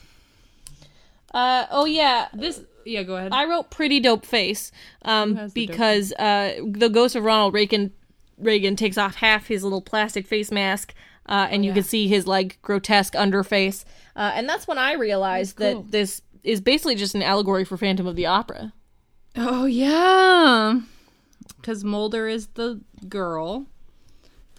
S2: Uh, oh yeah,
S1: this yeah, go ahead.
S2: I wrote pretty dope face um,
S1: has the dope
S2: because uh, the ghost of Ronald Reagan Reagan takes off half his little plastic face mask, uh, and you can see his like grotesque underface, uh, and that's when I realized that this is basically just an allegory for Phantom of the Opera.
S1: Oh yeah, because Mulder is the girl,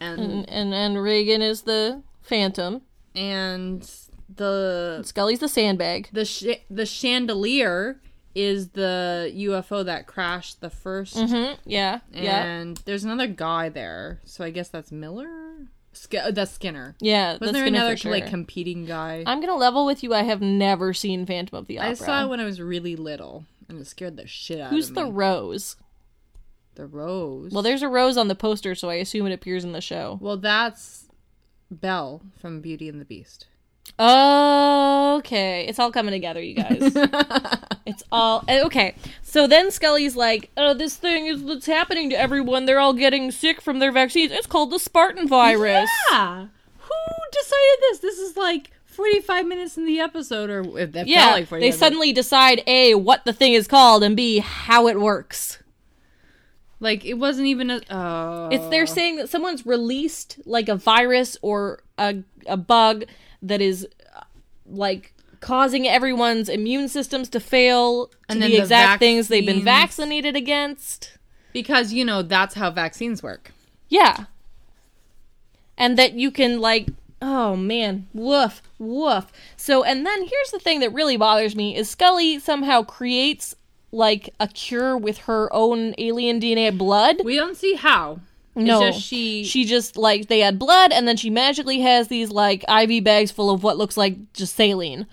S1: and
S2: And and Reagan is the Phantom,
S1: and the
S2: Scully's the sandbag.
S1: the sh- the chandelier is the UFO that crashed the 1st
S2: Mm-hmm, Yeah, yeah,
S1: and there's another guy there. So I guess that's Miller. Sk- uh, that's Skinner.
S2: yeah.
S1: Was
S2: that's
S1: there
S2: gonna
S1: another
S2: for sure.
S1: like competing guy?
S2: I'm gonna level with you. I have never seen Phantom of the Opera.
S1: I saw it when I was really little, and it scared the shit out
S2: Who's
S1: of
S2: the
S1: me.
S2: rose?
S1: the rose?
S2: Well, there's a rose on the poster, so I assume it appears in the show.
S1: well, that's Belle from Beauty and the Beast.
S2: Okay, it's all coming together, you guys. it's all eh, okay. So then Scully's like, "Oh, this thing is what's happening to everyone. They're all getting sick from their vaccines. It's called the Spartan virus."
S1: Yeah. Who decided this? This is like 45 minutes in the episode, or if that
S2: Yeah,
S1: felt like 45
S2: they
S1: minutes.
S2: suddenly decide a what the thing is called and b how it works.
S1: Like, it wasn't even a. Oh.
S2: It's they're saying that someone's released like a virus or a a bug that is uh, like causing everyone's immune systems to fail to
S1: And
S2: the,
S1: then the
S2: exact things they've been
S1: vaccines.
S2: vaccinated against.
S1: Because, you know, that's how vaccines work.
S2: Yeah. And that you can like oh man, woof, woof. So and then here's the thing that really bothers me is Scully somehow creates like a cure with her own alien DNA blood.
S1: We don't see how.
S2: No.
S1: It's just she.
S2: She just like they had blood and then she magically has these like IV bags full of what looks like just saline.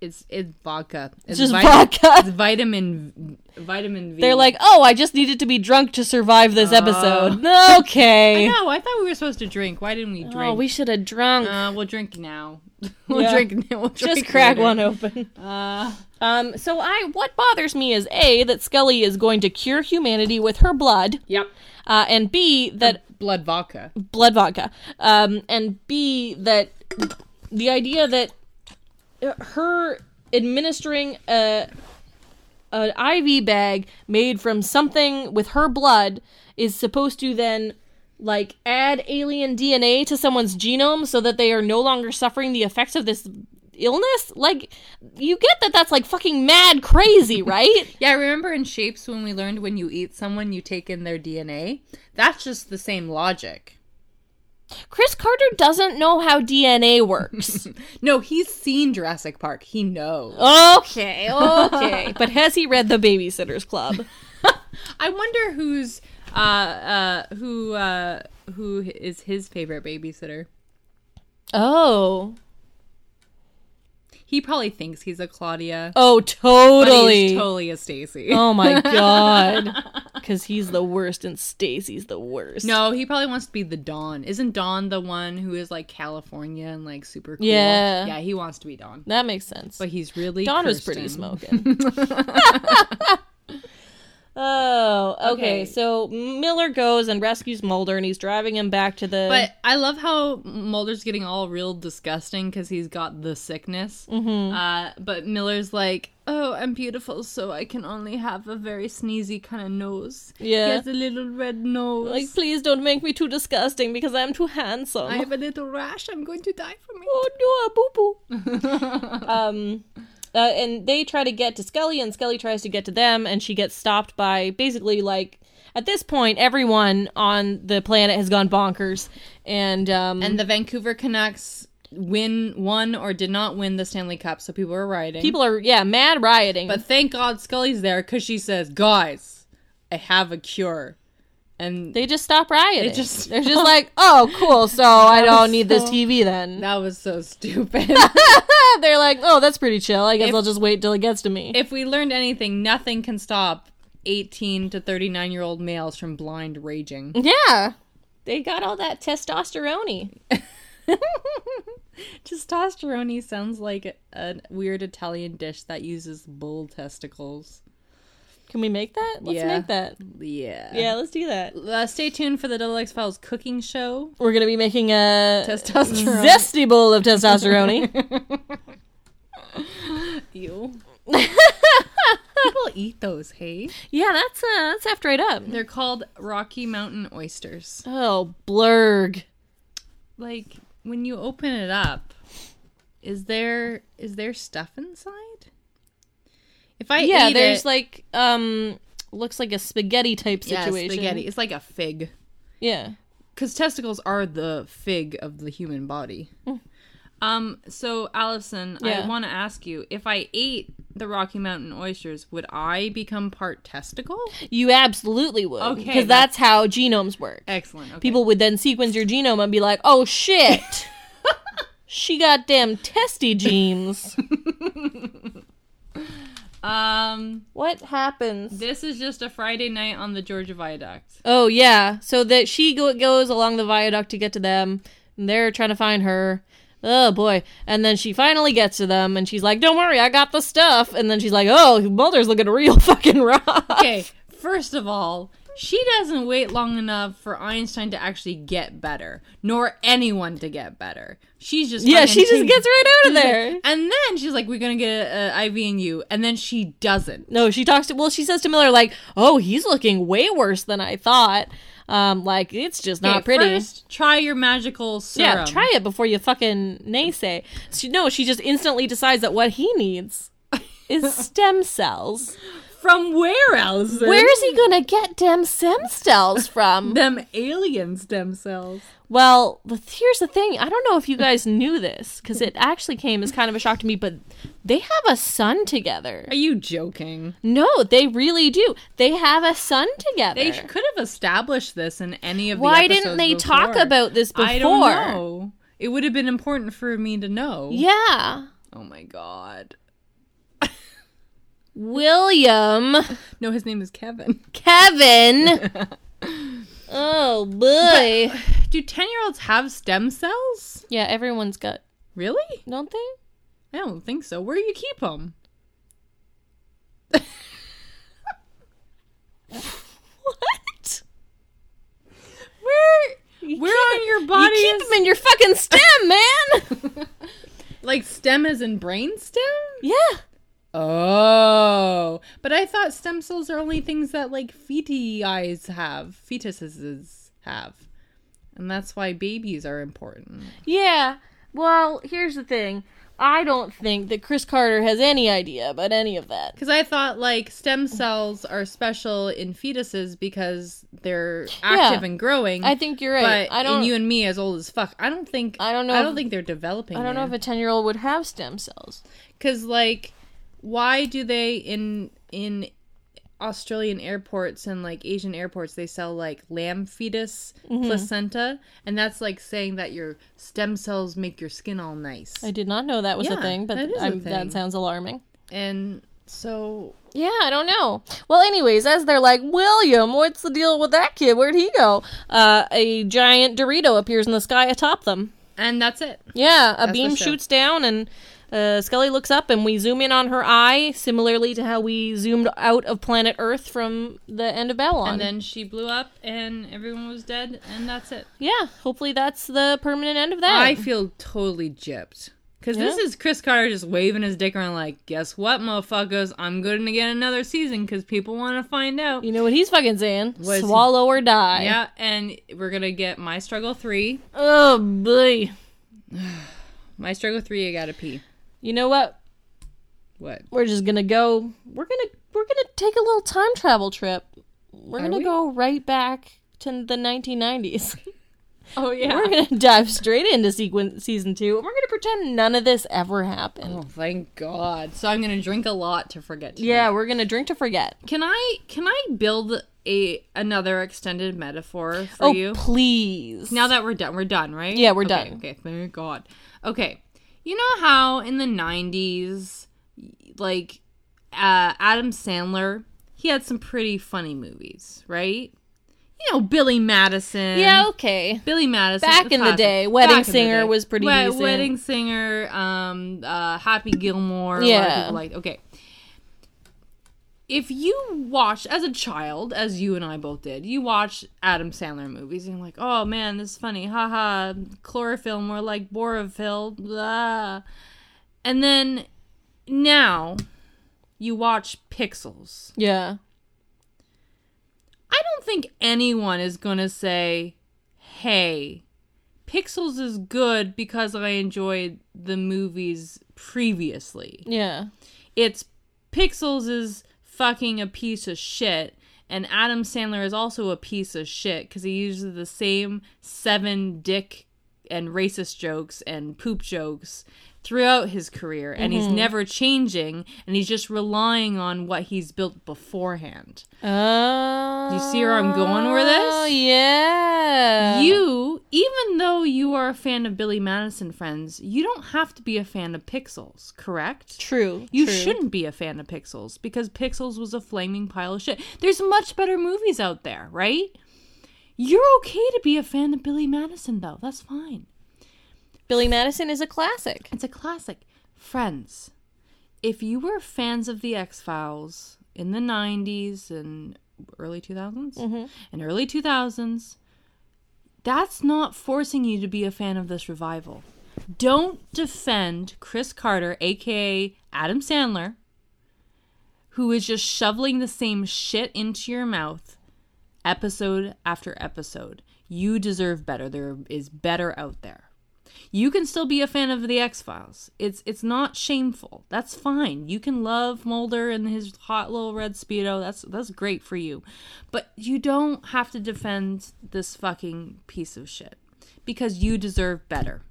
S1: It's, it's vodka. It's
S2: Just
S1: vit-
S2: vodka.
S1: It's vitamin, vitamin V.
S2: They're like, "Oh, I just needed to be drunk to survive this episode." Okay.
S1: No, I thought we were supposed to drink. Why didn't we drink?
S2: Oh, we should have drunk.
S1: Uh, we'll drink now. we'll
S2: Yeah.
S1: drink. We'll drink
S2: just crack
S1: later.
S2: one open. um, so I, what bothers me is a that Scully is going to cure humanity with her blood,
S1: Yep.
S2: uh, and b that
S1: Blood vodka.
S2: blood vodka, um, and b that the idea that her administering a an IV bag made from something with her blood is supposed to then like add alien DNA to someone's genome so that they are no longer suffering the effects of this illness like you get that that's like fucking mad crazy right
S1: Yeah, remember in Shapes when we learned when you eat someone, you take in their DNA? That's just the same logic.
S2: chris carter doesn't know how dna works
S1: No, he's seen Jurassic Park. He knows.
S2: okay okay but has he read the babysitters club
S1: I wonder who's uh uh who uh who is his favorite babysitter.
S2: oh
S1: He probably thinks he's a Claudia.
S2: oh
S1: but he's
S2: totally
S1: totally a Stacy.
S2: Oh my god. Cause he's the worst and Stacy's the worst.
S1: No, he probably wants to be the Dawn. Isn't Dawn the one who is like California and like super cool?
S2: Yeah.
S1: Yeah, he wants to be Dawn.
S2: That makes sense.
S1: But he's really
S2: Dawn was pretty
S1: Kirsten.
S2: smoking. oh, okay.
S1: Okay.
S2: So Miller goes and rescues Mulder and he's driving him back to the
S1: But I love how Mulder's getting all real disgusting because he's got the sickness. Mm-hmm. Uh, but Miller's like, "Oh, I'm beautiful, so I can only have a very sneezy kind of nose. he
S2: Yeah.
S1: has a little red nose.
S2: like please don't make me too disgusting because I'm too handsome.
S1: I have a little rash. I'm going to die from it."
S2: oh no, a boo boo. um, uh, and they try to get to Scully, and Scully tries to get to them, and she gets stopped by basically like at this point everyone on the planet has gone bonkers, and um,
S1: And the Vancouver Canucks win won or did not win the Stanley Cup, so people are rioting.
S2: people are yeah mad rioting.
S1: but thank God Scully's there because she says, "Guys, I have a cure." And
S2: they just stop rioting.
S1: They just-
S2: they're just like, oh, cool. So I don't need this TV then.
S1: that was so stupid.
S2: They're like, oh, that's pretty chill. I guess I'll just wait till it gets to me.
S1: if we learned anything, nothing can stop 18 to 39 year old males from blind raging.
S2: yeah, they got all that testosterone.
S1: Testosterone sounds like a weird Italian dish that uses bull testicles.
S2: Can we make that? Let's
S1: Yeah.
S2: make that.
S1: Yeah.
S2: Yeah, let's do that.
S1: Uh, stay tuned for the Double X Files cooking show.
S2: We're gonna be making a
S1: Testosterone.
S2: zesty bowl of testosterone.
S1: You. People eat those, hey?
S2: yeah, that's uh, that's half right up.
S1: They're called Rocky Mountain oysters.
S2: Oh, blurg.
S1: Like when you open it up, is there is there stuff inside? If I
S2: Yeah,
S1: eat
S2: there's
S1: it-
S2: like um, looks like a spaghetti type situation.
S1: Yeah, spaghetti. It's like a fig.
S2: Yeah.
S1: Because testicles are the fig of the human body. um, so Allison,
S2: Yeah.
S1: I want to ask you, if I ate the Rocky Mountain oysters, would I become part testicle?
S2: You absolutely would.
S1: Okay,
S2: Because that's
S1: that's-
S2: how genomes work.
S1: Excellent. Okay.
S2: People would then sequence your genome and be like, oh shit. she got damn testy genes.
S1: Um,
S2: What happens?
S1: this is just a Friday night on the Georgia Viaduct.
S2: Oh yeah, so that she go- goes along the viaduct to get to them, and they're trying to find her. Oh boy! And then she finally gets to them, and she's like, "Don't worry, I got the stuff." And then she's like, "Oh, Mulder's looking real fucking rough."
S1: Okay, first of all, she doesn't wait long enough for Einstein to actually get better, nor anyone to get better. She's just
S2: Yeah,
S1: fucking
S2: she just
S1: taking-
S2: gets right out of
S1: She's like-
S2: there.
S1: and then she's like, "We're gonna get an IV in you," and then she doesn't.
S2: No, she talks to well, she says to Miller like, "Oh, he's looking way worse than I thought." Um, like it's just not
S1: Okay,
S2: pretty.
S1: First, try your magical serum.
S2: yeah, try it before you fucking naysay. She, no, she just instantly decides that what he needs is stem cells.
S1: From where else?
S2: Where is he gonna get damn stem cells from?
S1: them alien stem cells?
S2: well, the, here's the thing. I don't know if you guys knew this because it actually came as kind of a shock to me, but they have a son together.
S1: Are you joking?
S2: No, they really do. They have a son together.
S1: They sh- could have established this in any of the
S2: Why didn't
S1: episodes
S2: they
S1: before.
S2: talk about this before?
S1: I don't know. It would have been important for me to know.
S2: Yeah.
S1: Oh my god.
S2: William,
S1: No, his name is Kevin.
S2: Kevin. oh boy.
S1: Do 10 year olds have stem cells?
S2: yeah, everyone's got,
S1: Really?
S2: don't they?
S1: I don't think so. Where do you keep them?
S2: What?
S1: Where? Where on your body
S2: you keep
S1: is-
S2: them in your fucking stem, man.
S1: like stem as in brain stem?
S2: yeah.
S1: Oh, but I thought stem cells are only things that like fetis have, fetuses have, and that's why babies are important.
S2: Yeah. Well, here's the thing. I don't think that Chris Carter has any idea about any of that.
S1: Because I thought like stem cells are special in fetuses because they're active and growing.
S2: I think you're right.
S1: But
S2: I don't.
S1: in you and me, as old as fuck, I don't think.
S2: I don't know
S1: I
S2: if-
S1: don't think they're developing.
S2: I don't know if a ten-year-old would have stem cells.
S1: because like, why do they in in Australian airports and like Asian airports they sell like lamb fetus
S2: Mm-hmm.
S1: placenta, and that's like saying that your stem cells make your skin all nice.
S2: I did not know that was a
S1: Yeah,
S2: thing, but
S1: that is a
S2: I'm-
S1: thing.
S2: that sounds alarming.
S1: and so
S2: Yeah, I don't know. Well, anyways, as they're like, William, what's the deal with that kid? Where'd he go? Uh, a giant Dorito appears in the sky atop them.
S1: and that's it.
S2: Yeah, a
S1: the
S2: beam
S1: show.
S2: shoots down, and uh, Scully looks up, and we zoom in on her eye, similarly to how we zoomed out of planet Earth from the end of Babylon.
S1: And then she blew up, and everyone was dead, and that's it.
S2: yeah, hopefully that's the permanent end of that.
S1: I feel totally gypped. Because this is Chris Carter just waving his dick around, like, guess what, motherfuckers? I'm going to get another season because people want to find out.
S2: you know what he's fucking saying?
S1: is he-
S2: Swallow or die.
S1: Yeah, and we're going to get My Struggle 3.
S2: Oh boy.
S1: My Struggle 3, I gotta pee.
S2: You know what?
S1: What?
S2: We're just gonna go. We're gonna we're gonna take a little time travel trip. We're gonna
S1: we?
S2: go right back to the 1990s.
S1: Oh, yeah.
S2: We're gonna dive straight into sequen- season two, and we're gonna pretend none of this ever happened.
S1: Oh, thank God. So I'm going to drink a lot to forget to.
S2: Yeah, we're gonna drink to forget.
S1: Can I can I build a another extended metaphor for
S2: oh,
S1: you?
S2: please.
S1: Now that we're done, we're done, right?
S2: Yeah, we're
S1: Okay,
S2: done.
S1: Okay, thank God. Okay, you know how in the '90s, like uh, Adam Sandler, he had some pretty funny movies, right? You know, Billy Madison.
S2: yeah, okay.
S1: Billy Madison.
S2: Back
S1: the
S2: in the
S1: classic.
S2: day, Wedding
S1: Back in the
S2: Singer
S1: day.
S2: was pretty decent.
S1: Wedding Singer, um, uh, Happy Gilmore. A lot of
S2: Yeah.
S1: people liked. Okay. If you watch as a child, as you and I both did, you watch Adam Sandler movies and you're like, oh man, this is funny, haha, chlorophyll, more like borophyll, blah. And then now you watch Pixels.
S2: Yeah.
S1: I don't think anyone is going to say, hey, Pixels is good because I enjoyed the movies previously.
S2: Yeah.
S1: It's Pixels is fucking a piece of shit. And Adam Sandler is also a piece of shit because he uses the same seven dick and racist jokes and poop jokes throughout his career and he's never changing and he's just relying on what he's built beforehand.
S2: Oh.
S1: Do you see where I'm going with this?
S2: Yeah.
S1: You, even though you are a fan of Billy Madison Friends, you don't have to be a fan of Pixels, correct?
S2: True.
S1: You
S2: true.
S1: shouldn't be a fan of Pixels because Pixels was a flaming pile of shit. There's much better movies out there, right? You're okay to be a fan of Billy Madison, though. That's fine.
S2: Billy Madison is a classic.
S1: It's a classic. Friends, if you were fans of The X Files in the 90s and early 2000s, and early 2000s, that's not forcing you to be a fan of this revival. Don't defend Chris Carter, aka Adam Sandler, who is just shoveling the same shit into your mouth episode after episode. You deserve better. There is better out there. You can still be a fan of the X Files. It's it's not shameful. That's fine. You can love Mulder and his hot little red speedo. That's that's great for you. But you don't have to defend this fucking piece of shit because you deserve better.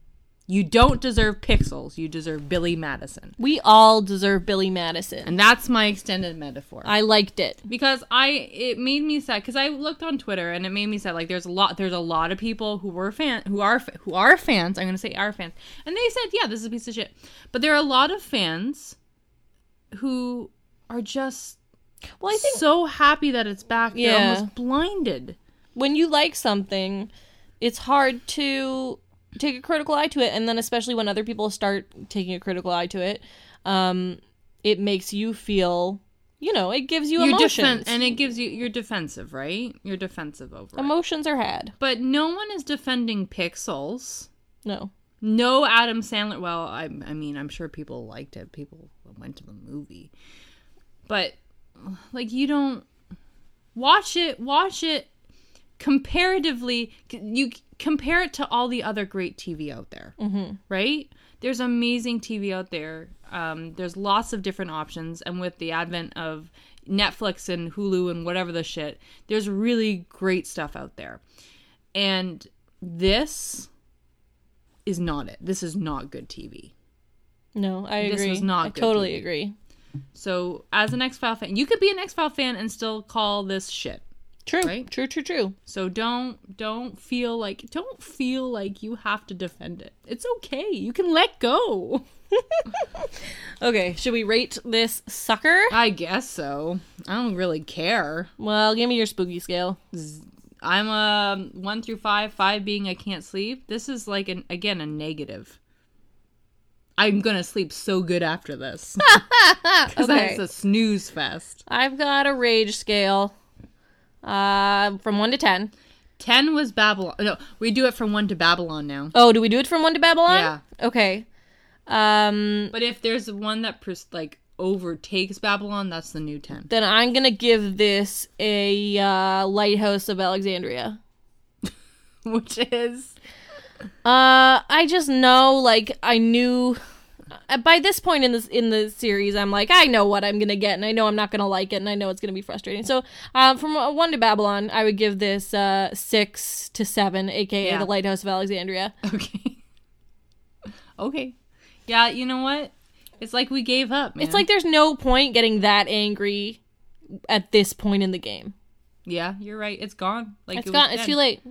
S1: You don't deserve Pixels. You deserve Billy Madison.
S2: We all deserve Billy Madison.
S1: And that's my extended metaphor
S2: I liked it.
S1: because I it made me sad because I looked on Twitter and it made me sad. Like there's a lot there's a lot of people who were fan who are who are fans. I'm gonna say are fans, and they said yeah this is a piece of shit. But there are a lot of fans who are just
S2: Well, I think
S1: so happy that it's back. They're
S2: Yeah.
S1: almost blinded.
S2: when you like something, it's hard to take a critical eye to it, and then especially when other people start taking a critical eye to it, um, it makes you feel, you know, it gives you
S1: You're
S2: emotions.
S1: defen- and it gives you you're defensive, right? You're defensive over. it.
S2: emotions are had.
S1: But no one is defending pixels.
S2: No,
S1: No Adam Sandler. Well, I, I mean, I'm sure people liked it. People went to the movie. But, like, you don't watch it, watch it comparatively. You compare it to all the other great TV out there, mm-hmm. right? There's amazing TV out there. Um, there's lots of different options. And with the advent of Netflix and Hulu and whatever the shit, there's really great stuff out there. And this is not it. This is not good TV.
S2: no, I agree.
S1: This was not
S2: I
S1: good
S2: totally
S1: TV.
S2: agree.
S1: So, as an X File fan, you could be an X File fan and still call this shit.
S2: True,
S1: Right?
S2: true, true, true.
S1: So don't don't feel like don't feel like you have to defend it. It's okay. You can let go.
S2: Okay, should we rate this sucker?
S1: I guess so. I don't really care.
S2: Well, give me your spooky scale.
S1: I'm a um, one through five. Five being I can't sleep. This is like an again a negative. I'm gonna sleep so good after this because
S2: Okay.
S1: it's a snooze fest.
S2: I've got a rage scale, uh, from one to ten.
S1: Ten was Babylon. No, we do it from one to Babylon now.
S2: Oh, do we do it from one to Babylon?
S1: Yeah.
S2: Okay. Um,
S1: But if there's one that pers- like overtakes Babylon, that's the new ten.
S2: then I'm gonna give this a uh, lighthouse of Alexandria.
S1: Which is
S2: Uh, I just know, like, I knew uh, by this point in this in the series, I'm like, I know what I'm gonna get, and I know I'm not gonna like it, and I know it's gonna be frustrating. So, um, from uh, one to Babylon, I would give this uh six to seven, aka
S1: Yeah.
S2: the lighthouse of Alexandria.
S1: okay. okay. Yeah, you know what? It's like we gave up. Man.
S2: It's like there's no point getting that angry at this point in the game.
S1: yeah, you're right. It's gone. Like
S2: It's
S1: it was
S2: gone. It's
S1: dead.
S2: too late.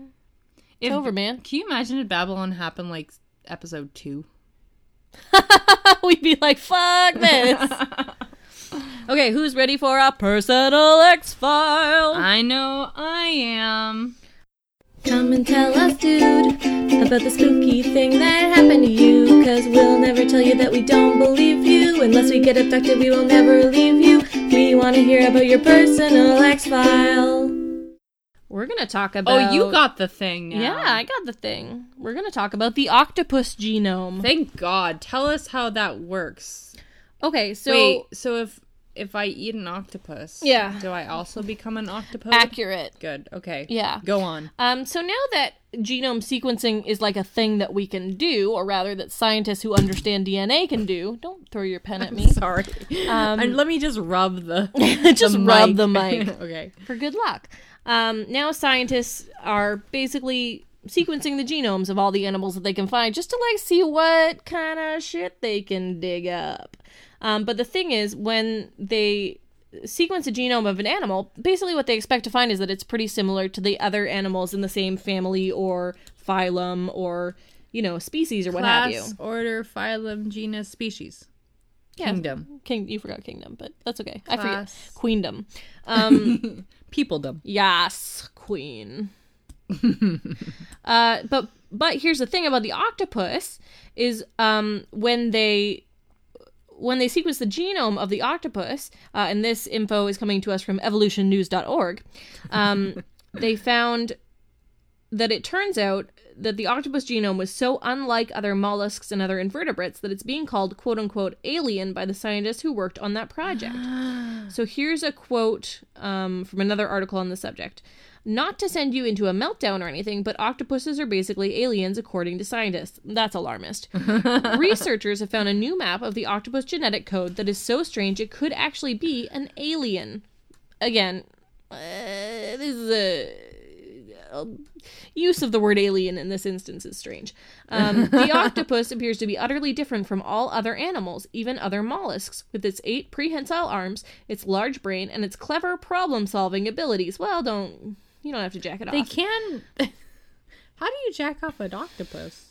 S1: If-
S2: over, man.
S1: Can you imagine if Babylon happened like episode two?
S2: We'd be like, fuck this. okay, who's ready for our personal X file?
S3: Uh,
S1: I know I am.
S3: Come and tell us, dude, about the spooky thing that happened to you. Cause we'll never tell you that we don't believe you. Unless we get abducted, we will never leave you. We want to hear about your personal X file.
S2: We're gonna talk
S1: Oh,
S2: about.
S1: you got the thing. Now.
S2: Yeah, I got the thing. We're gonna talk about the octopus genome.
S1: Thank God. Tell us how that works.
S2: Okay, so
S1: Wait. So if if I eat an octopus,
S2: Yeah.
S1: do I also become an octopus?
S2: accurate.
S1: Good. Okay.
S2: Yeah.
S1: Go on.
S2: Um, so now that genome sequencing is like a thing that we can do, or rather that scientists who understand DNA can do, don't throw your pen at me. Um,
S1: Sorry. and let me just rub the
S2: Just rub the mic.
S1: okay.
S2: for good luck. Um, now scientists are basically sequencing the genomes of all the animals that they can find just to like see what kind of shit they can dig up. Um, but the thing is, when they sequence a genome of an animal, basically what they expect to find is that it's pretty similar to the other animals in the same family or phylum or you know species or what have you.
S1: Class, order, phylum, genus, species.
S2: Yeah.
S1: Kingdom.
S2: King, you forgot kingdom, but that's okay. I
S1: Class.
S2: forget queendom. Um,
S1: Peopledom.
S2: Yes, queen. uh, but but here's the thing about the octopus is um, when they when they sequence the genome of the octopus, uh, and this info is coming to us from evolutionnews.org, um, they found that it turns out that the octopus genome was so unlike other mollusks and other invertebrates that it's being called quote unquote alien by the scientists who worked on that project. So here's a quote um, from another article on the subject. Not to send you into a meltdown or anything, but octopuses are basically aliens, according to scientists. That's alarmist. Researchers have found a new map of the octopus genetic code that is so strange it could actually be an alien. Again, uh, this is a uh, use of the word alien in this instance is strange. Um, the octopus appears to be utterly different from all other animals, even other mollusks, with its eight prehensile arms, its large brain, and its clever problem solving abilities. Well, don't. You don't have to jack it
S1: They
S2: off.
S1: can. How do you jack off an octopus?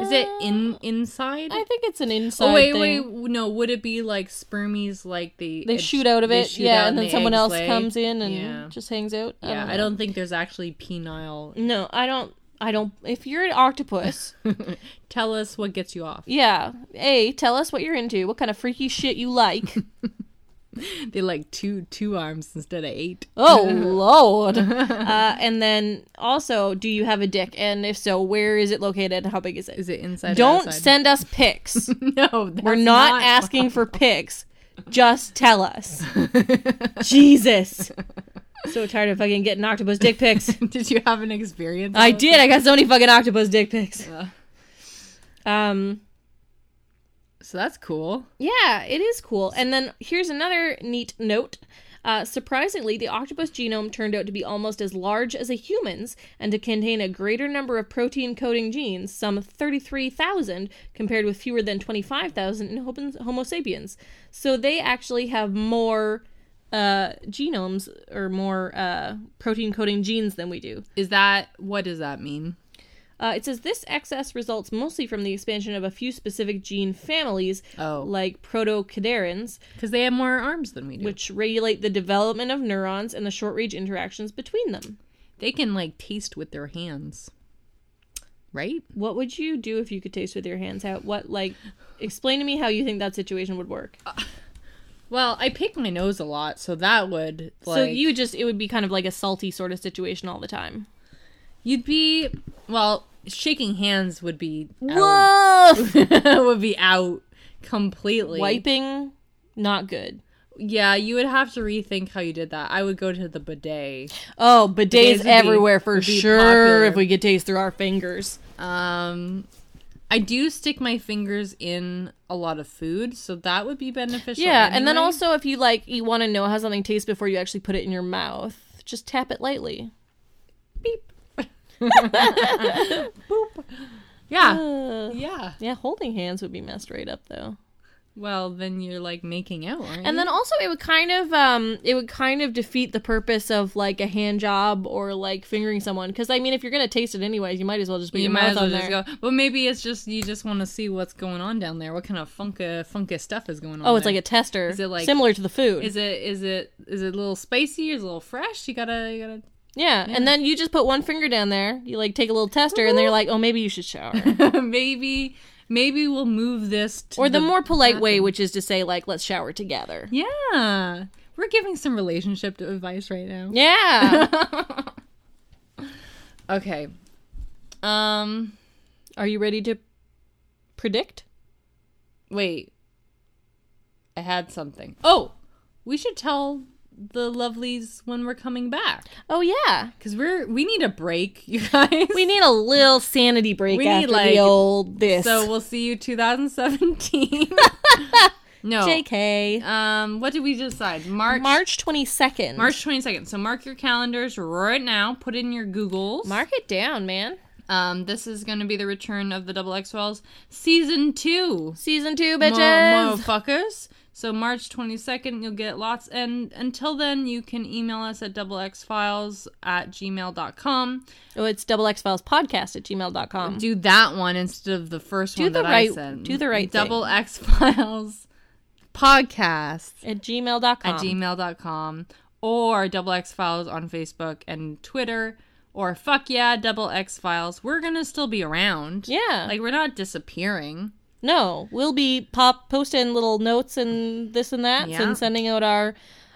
S1: Is it in inside?
S2: Uh, I think it's an inside
S1: Oh wait,
S2: thing.
S1: wait, no. Would it be like spermies? Like the
S2: They shoot out of it, yeah, and then someone else comes in and
S1: yeah.
S2: just hangs out.
S1: Yeah,
S2: know.
S1: I don't think there's actually penile.
S2: No, I don't. I don't. If you're an octopus,
S1: Tell us what gets you off.
S2: yeah. A, tell us what you're into, what kind of freaky shit you like.
S1: They like two two arms instead of eight.
S2: Oh lord! uh, and then also, do you have a dick? And if so, where is it located? and How big is it?
S1: Is it inside? or
S2: Don't
S1: outside?
S2: send us pics.
S1: No, that's
S2: We're not, asking for pics. Just tell us. Jesus! So tired of fucking getting octopus dick pics.
S1: Did you have an experience?
S2: I
S1: with
S2: did. I got so many fucking octopus dick pics.
S1: Yeah.
S2: Um.
S1: it? So that's cool.
S2: Yeah, it is cool. And then here's another neat note. Uh, surprisingly, the octopus genome turned out to be almost as large as a human's and to contain a greater number of protein coding genes, some 33,000, compared with fewer than 25,000 in Homo- Homo sapiens. So they actually have more uh, genomes or more uh, protein coding genes than we do.
S1: Is that what does that mean?
S2: Uh, it says this excess results mostly from the expansion of a few specific gene families,
S1: Oh.
S2: like protocaderans,
S1: Because they have more arms than we do.
S2: which regulate the development of neurons and the short range interactions between them.
S1: they can like taste with their hands, right?
S2: What would you do if you could taste with your hands? How, what, like, explain to me how you think that situation would work.
S1: Well, I pick my nose a lot, so that would like
S2: so you just, it would be kind of like a salty sort of situation all the time.
S1: you'd be well shaking hands would be out,
S2: Woof!
S1: would be out completely.
S2: Wiping, not good.
S1: Yeah, you would have to rethink how you did that. I would go to the bidet.
S2: Oh, bidets
S1: would be-
S2: everywhere for
S1: would be
S2: sure
S1: popular.
S2: if we could taste through our fingers.
S1: Um, I do stick my fingers in a lot of food, so that would be beneficial.
S2: Yeah, and then
S1: anyway.
S2: also if you like you want to know how something tastes before you actually put it in your mouth, just tap it lightly. Beep.
S1: yeah,
S2: Uh,
S1: yeah.
S2: yeah, holding hands would be messed right up though.
S1: Well, then you're like making out, aren't
S2: And
S1: you?
S2: then also it would kind of um it would kind of defeat the purpose of like a hand job or like fingering someone cuz I mean if you're going to taste it anyways, you might as well just put
S1: you
S2: your
S1: might
S2: mouth
S1: as well
S2: on
S1: just
S2: there.
S1: go. But maybe it's just you just want to see what's going on down there. What kind of funky, funky stuff is going on?
S2: Oh, it's
S1: there?
S2: like a tester.
S1: Is it like-
S2: similar to the food?
S1: Is it is it is it a little spicy? Is it a little fresh? You gotta you gotta
S2: yeah. and then you just put one finger down there. You like take a little tester, and they're like, "Oh, maybe you should shower."
S1: maybe maybe we'll move this to
S2: or the more polite way, which is to say, like, "Let's shower together."
S1: yeah we're giving some relationship advice right now
S2: Yeah.
S1: okay um
S2: Are you ready to predict?
S1: wait i had something oh we should tell the lovelies when we're coming back
S2: Oh yeah.
S1: because we're we need a break you guys
S2: We need a little sanity break
S1: We need,
S2: after
S1: like-
S2: the old this.
S1: so we'll see you 2017 No.
S2: JK.
S1: Um, what did we decide? March.
S2: March 22nd.
S1: March 22nd. So mark your calendars right now. Put in your Googles.
S2: Mark it down, man.
S1: Um, this is going to be the return of the Double XLs season two.
S2: Season two,
S1: Mo-
S2: bitches.
S1: motherfuckers. So March 22nd, you'll get lots. And until then, you can email us at doublexfiles at gmail.com.
S2: oh, it's double X Files podcast at gmail.com.
S1: Do that one instead of the first
S2: Do
S1: one
S2: the
S1: that I
S2: right-
S1: said.
S2: do the right thing.
S1: Double X Files podcast
S2: At gmail.com.
S1: at gmail.com or double X Files on Facebook and Twitter or fuck yeah, double X Files. We're going to still be around.
S2: Yeah.
S1: Like, we're not disappearing.
S2: No, we'll be pop posting little notes and this and that
S1: Yeah.
S2: and sending out our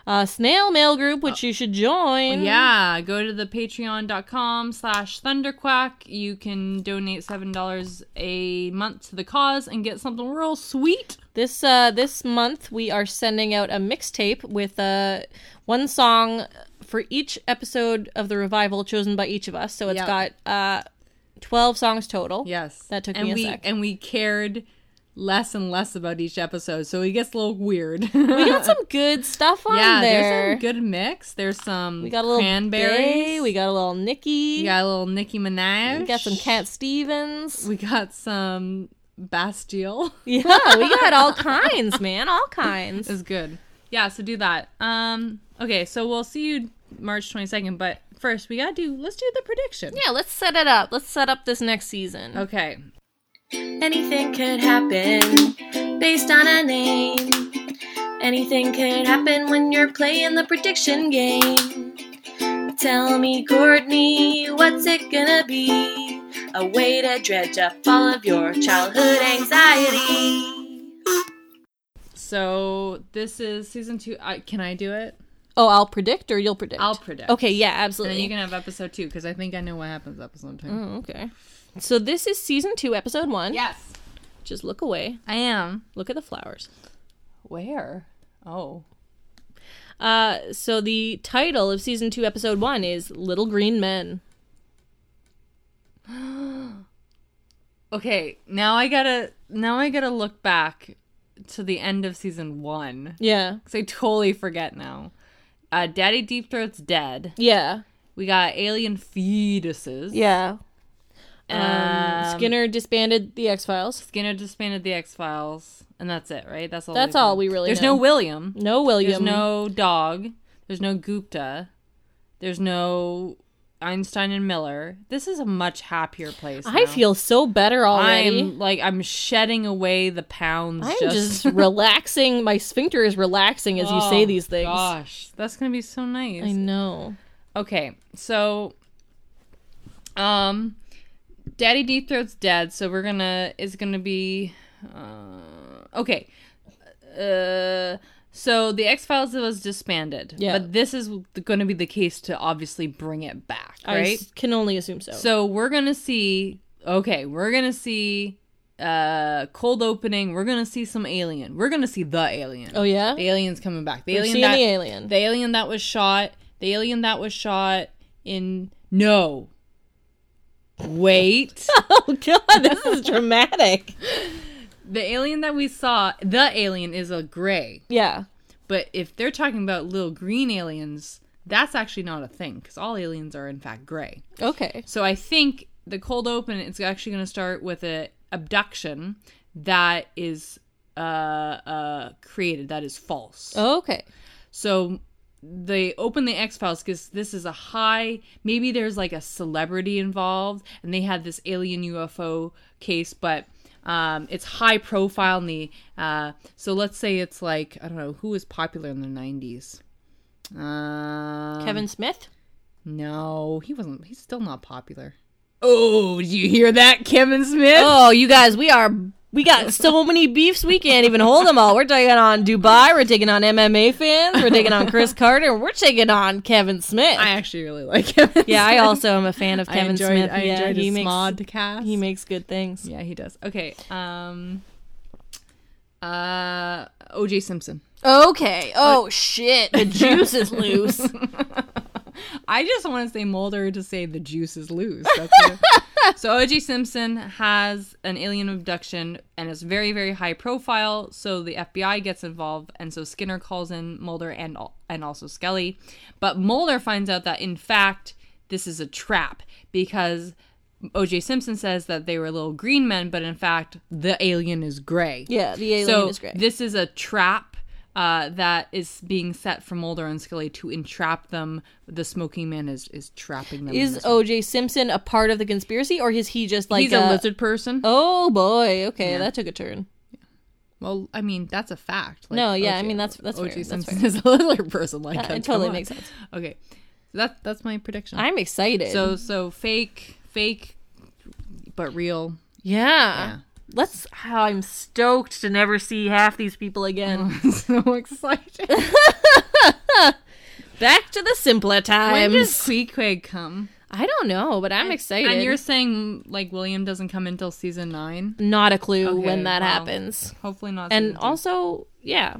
S2: uh, snail mail group, which you should join.
S1: Oh. Yeah, go to the patreon.com slash thunderquack. You can donate $7 a month to the cause and get something real sweet.
S2: This uh, this month we are sending out a mixtape with uh, one song for each episode of the revival chosen by each of us. So it's
S1: Yeah.
S2: got uh, twelve songs total.
S1: Yes.
S2: That took
S1: and
S2: me a
S1: we,
S2: sec.
S1: And we cared less and less about each episode, so it gets a little weird.
S2: We got some good stuff on
S1: yeah,
S2: there.
S1: there's some good mix. There's some
S2: we got a little
S1: cranberries.
S2: Bay, we got a little Nikki.
S1: We got a little Nicki Minaj.
S2: we got some Cat Stevens.
S1: We got some Bastille.
S2: Yeah, we got all kinds, man. All kinds.
S1: is good. Yeah, so do that. Um okay, so we'll see you March 22nd, but first we got to do let's do the prediction.
S2: Yeah, let's set it up. Let's set up this next season.
S1: Okay.
S3: Anything could happen based on a name. Anything could happen when you're playing the prediction game. Tell me, Courtney, what's it gonna be? A way to dredge up all of your childhood anxiety.
S1: So this is season 2. I, can I do it?
S2: Oh, I'll predict or you'll predict.
S1: I'll predict.
S2: Okay, yeah,
S1: And
S2: absolutely.
S1: then you can have episode 2 cuz I think I know what happens episode 2.
S2: Oh, okay. So this is season two, episode one.
S1: Yes.
S2: Just look away.
S1: I am.
S2: Look at the flowers.
S1: Where? Oh.
S2: Uh, so the title of season two, episode one is Little Green Men.
S1: Okay, now I got to now I got to look back to the end of season 1
S2: Yeah.
S1: cuz I totally forget now. Uh, Daddy Deep Throat's dead.
S2: Yeah.
S1: We got alien fetuses.
S2: Yeah. Um,
S1: Um,
S2: Skinner disbanded the X Files.
S1: Skinner disbanded the X Files, and that's it, right? That's all.
S2: That's
S1: we
S2: all we really
S1: There's
S2: know.
S1: no William.
S2: No William.
S1: There's no Dog. There's no Gupta. There's no Einstein and Miller. This is a much happier place.
S2: I
S1: now.
S2: feel so better already.
S1: I'm like I'm shedding away the pounds.
S2: I'm
S1: just,
S2: just relaxing. My sphincter is relaxing as you say
S1: Oh,
S2: these things.
S1: Gosh, that's gonna be so nice.
S2: I know.
S1: Okay, so um Daddy Deep Throat's dead, so we're gonna is gonna be uh okay. Uh so the X Files was disbanded.
S2: Yeah.
S1: But this is gonna be the case to obviously bring it back,
S2: I
S1: right?
S2: s- can only assume so.
S1: So we're gonna see. Okay, we're gonna see uh cold opening. We're gonna see some alien. We're gonna see the alien.
S2: oh yeah,
S1: The alien's coming back. The
S2: We're
S1: alien
S2: seeing
S1: that,
S2: the alien.
S1: The alien that was shot. The alien that was shot in no. Wait.
S2: oh god, this is dramatic.
S1: the alien that we saw, the alien is a gray.
S2: Yeah,
S1: But if they're talking about little green aliens, that's actually not a thing cuz all aliens are in fact gray.
S2: okay.
S1: So I think the cold open it's actually going to start with a abduction that is uh uh created that is false.
S2: Okay.
S1: So they open the X Files because this is a high. Maybe there's like a celebrity involved, and they had this alien UFO case, but um, it's high profile. In the uh, so let's say it's like I don't know who was popular in the '90s. Um,
S2: Kevin Smith?
S1: No, he wasn't. He's still not popular. Oh, did you hear that, Kevin Smith?
S2: Oh, you guys, we are we got so many beefs we can't even hold them all. We're taking on Dubai, we're taking on MMA fans, we're taking on Chris Carter, we're taking on Kevin Smith.
S1: I actually really like Kevin.
S2: yeah, I
S1: Smith.
S2: also am a fan of
S1: I
S2: Kevin
S1: enjoyed-
S2: Smith.
S1: I
S2: yeah,
S1: enjoyed
S2: he
S1: his
S2: makes
S1: modcast.
S2: he makes good things.
S1: Yeah, he does. Okay. Um uh OJ Simpson.
S2: Okay. Oh shit, the juice is loose.
S1: I just want to say Mulder to say the juice is loose. That's what, so O.J. Simpson has an alien abduction and it's very, very high profile. So the FBI gets involved, and so Skinner calls in Mulder and al- and also Skelly, but Mulder finds out that in fact this is a trap because O.J. Simpson says that they were little green men, but in fact the alien is gray.
S2: Yeah, the alien
S1: so
S2: is gray.
S1: this is a trap uh, that is being set for Mulder and Scully to entrap them. The Smoking Man is is trapping them. in
S2: Is
S1: this-
S2: O.J. Simpson a part of the conspiracy, or is he just like
S1: he's a, lizard person?
S2: Oh boy, okay, that took a turn.
S1: Well, I mean that's a fact. Like,
S2: No, yeah, I mean, that's- that's
S1: O.J.
S2: fair, that's
S1: Simpson is a lizard person. Like
S2: That-
S1: that,
S2: it totally
S1: come on.
S2: makes sense.
S1: Okay, so that that's my prediction.
S2: I'm excited.
S1: so so fake fake, but real.
S2: yeah.
S1: Yeah.
S2: let's. How I'm stoked to never see half these people again.
S1: so excited.
S2: Back to the simpler
S1: When
S2: times.
S1: does Queequeg come?
S2: I don't know, but I'm excited.
S1: And you're saying like William doesn't come until season nine?
S2: not a clue
S1: Okay,
S2: when that
S1: wow.
S2: happens.
S1: Hopefully not.
S2: And
S1: season two.
S2: also, yeah,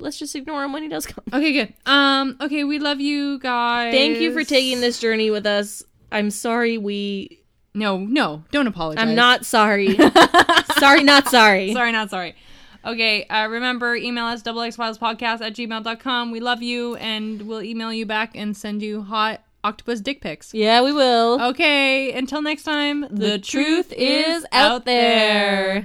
S2: let's just ignore him when he does come.
S1: Okay, good. Um, okay, we love you guys.
S2: Thank you for taking this journey with us. I'm sorry we.
S1: No, no, don't apologize.
S2: I'm not sorry. sorry, not sorry.
S1: sorry, not sorry. Okay, uh, remember, email us doublexfilespodcast at gmail.com. We love you, and we'll email you back and send you hot octopus dick pics.
S2: Yeah, we will.
S1: Okay, until next time, the,
S2: truth is out there.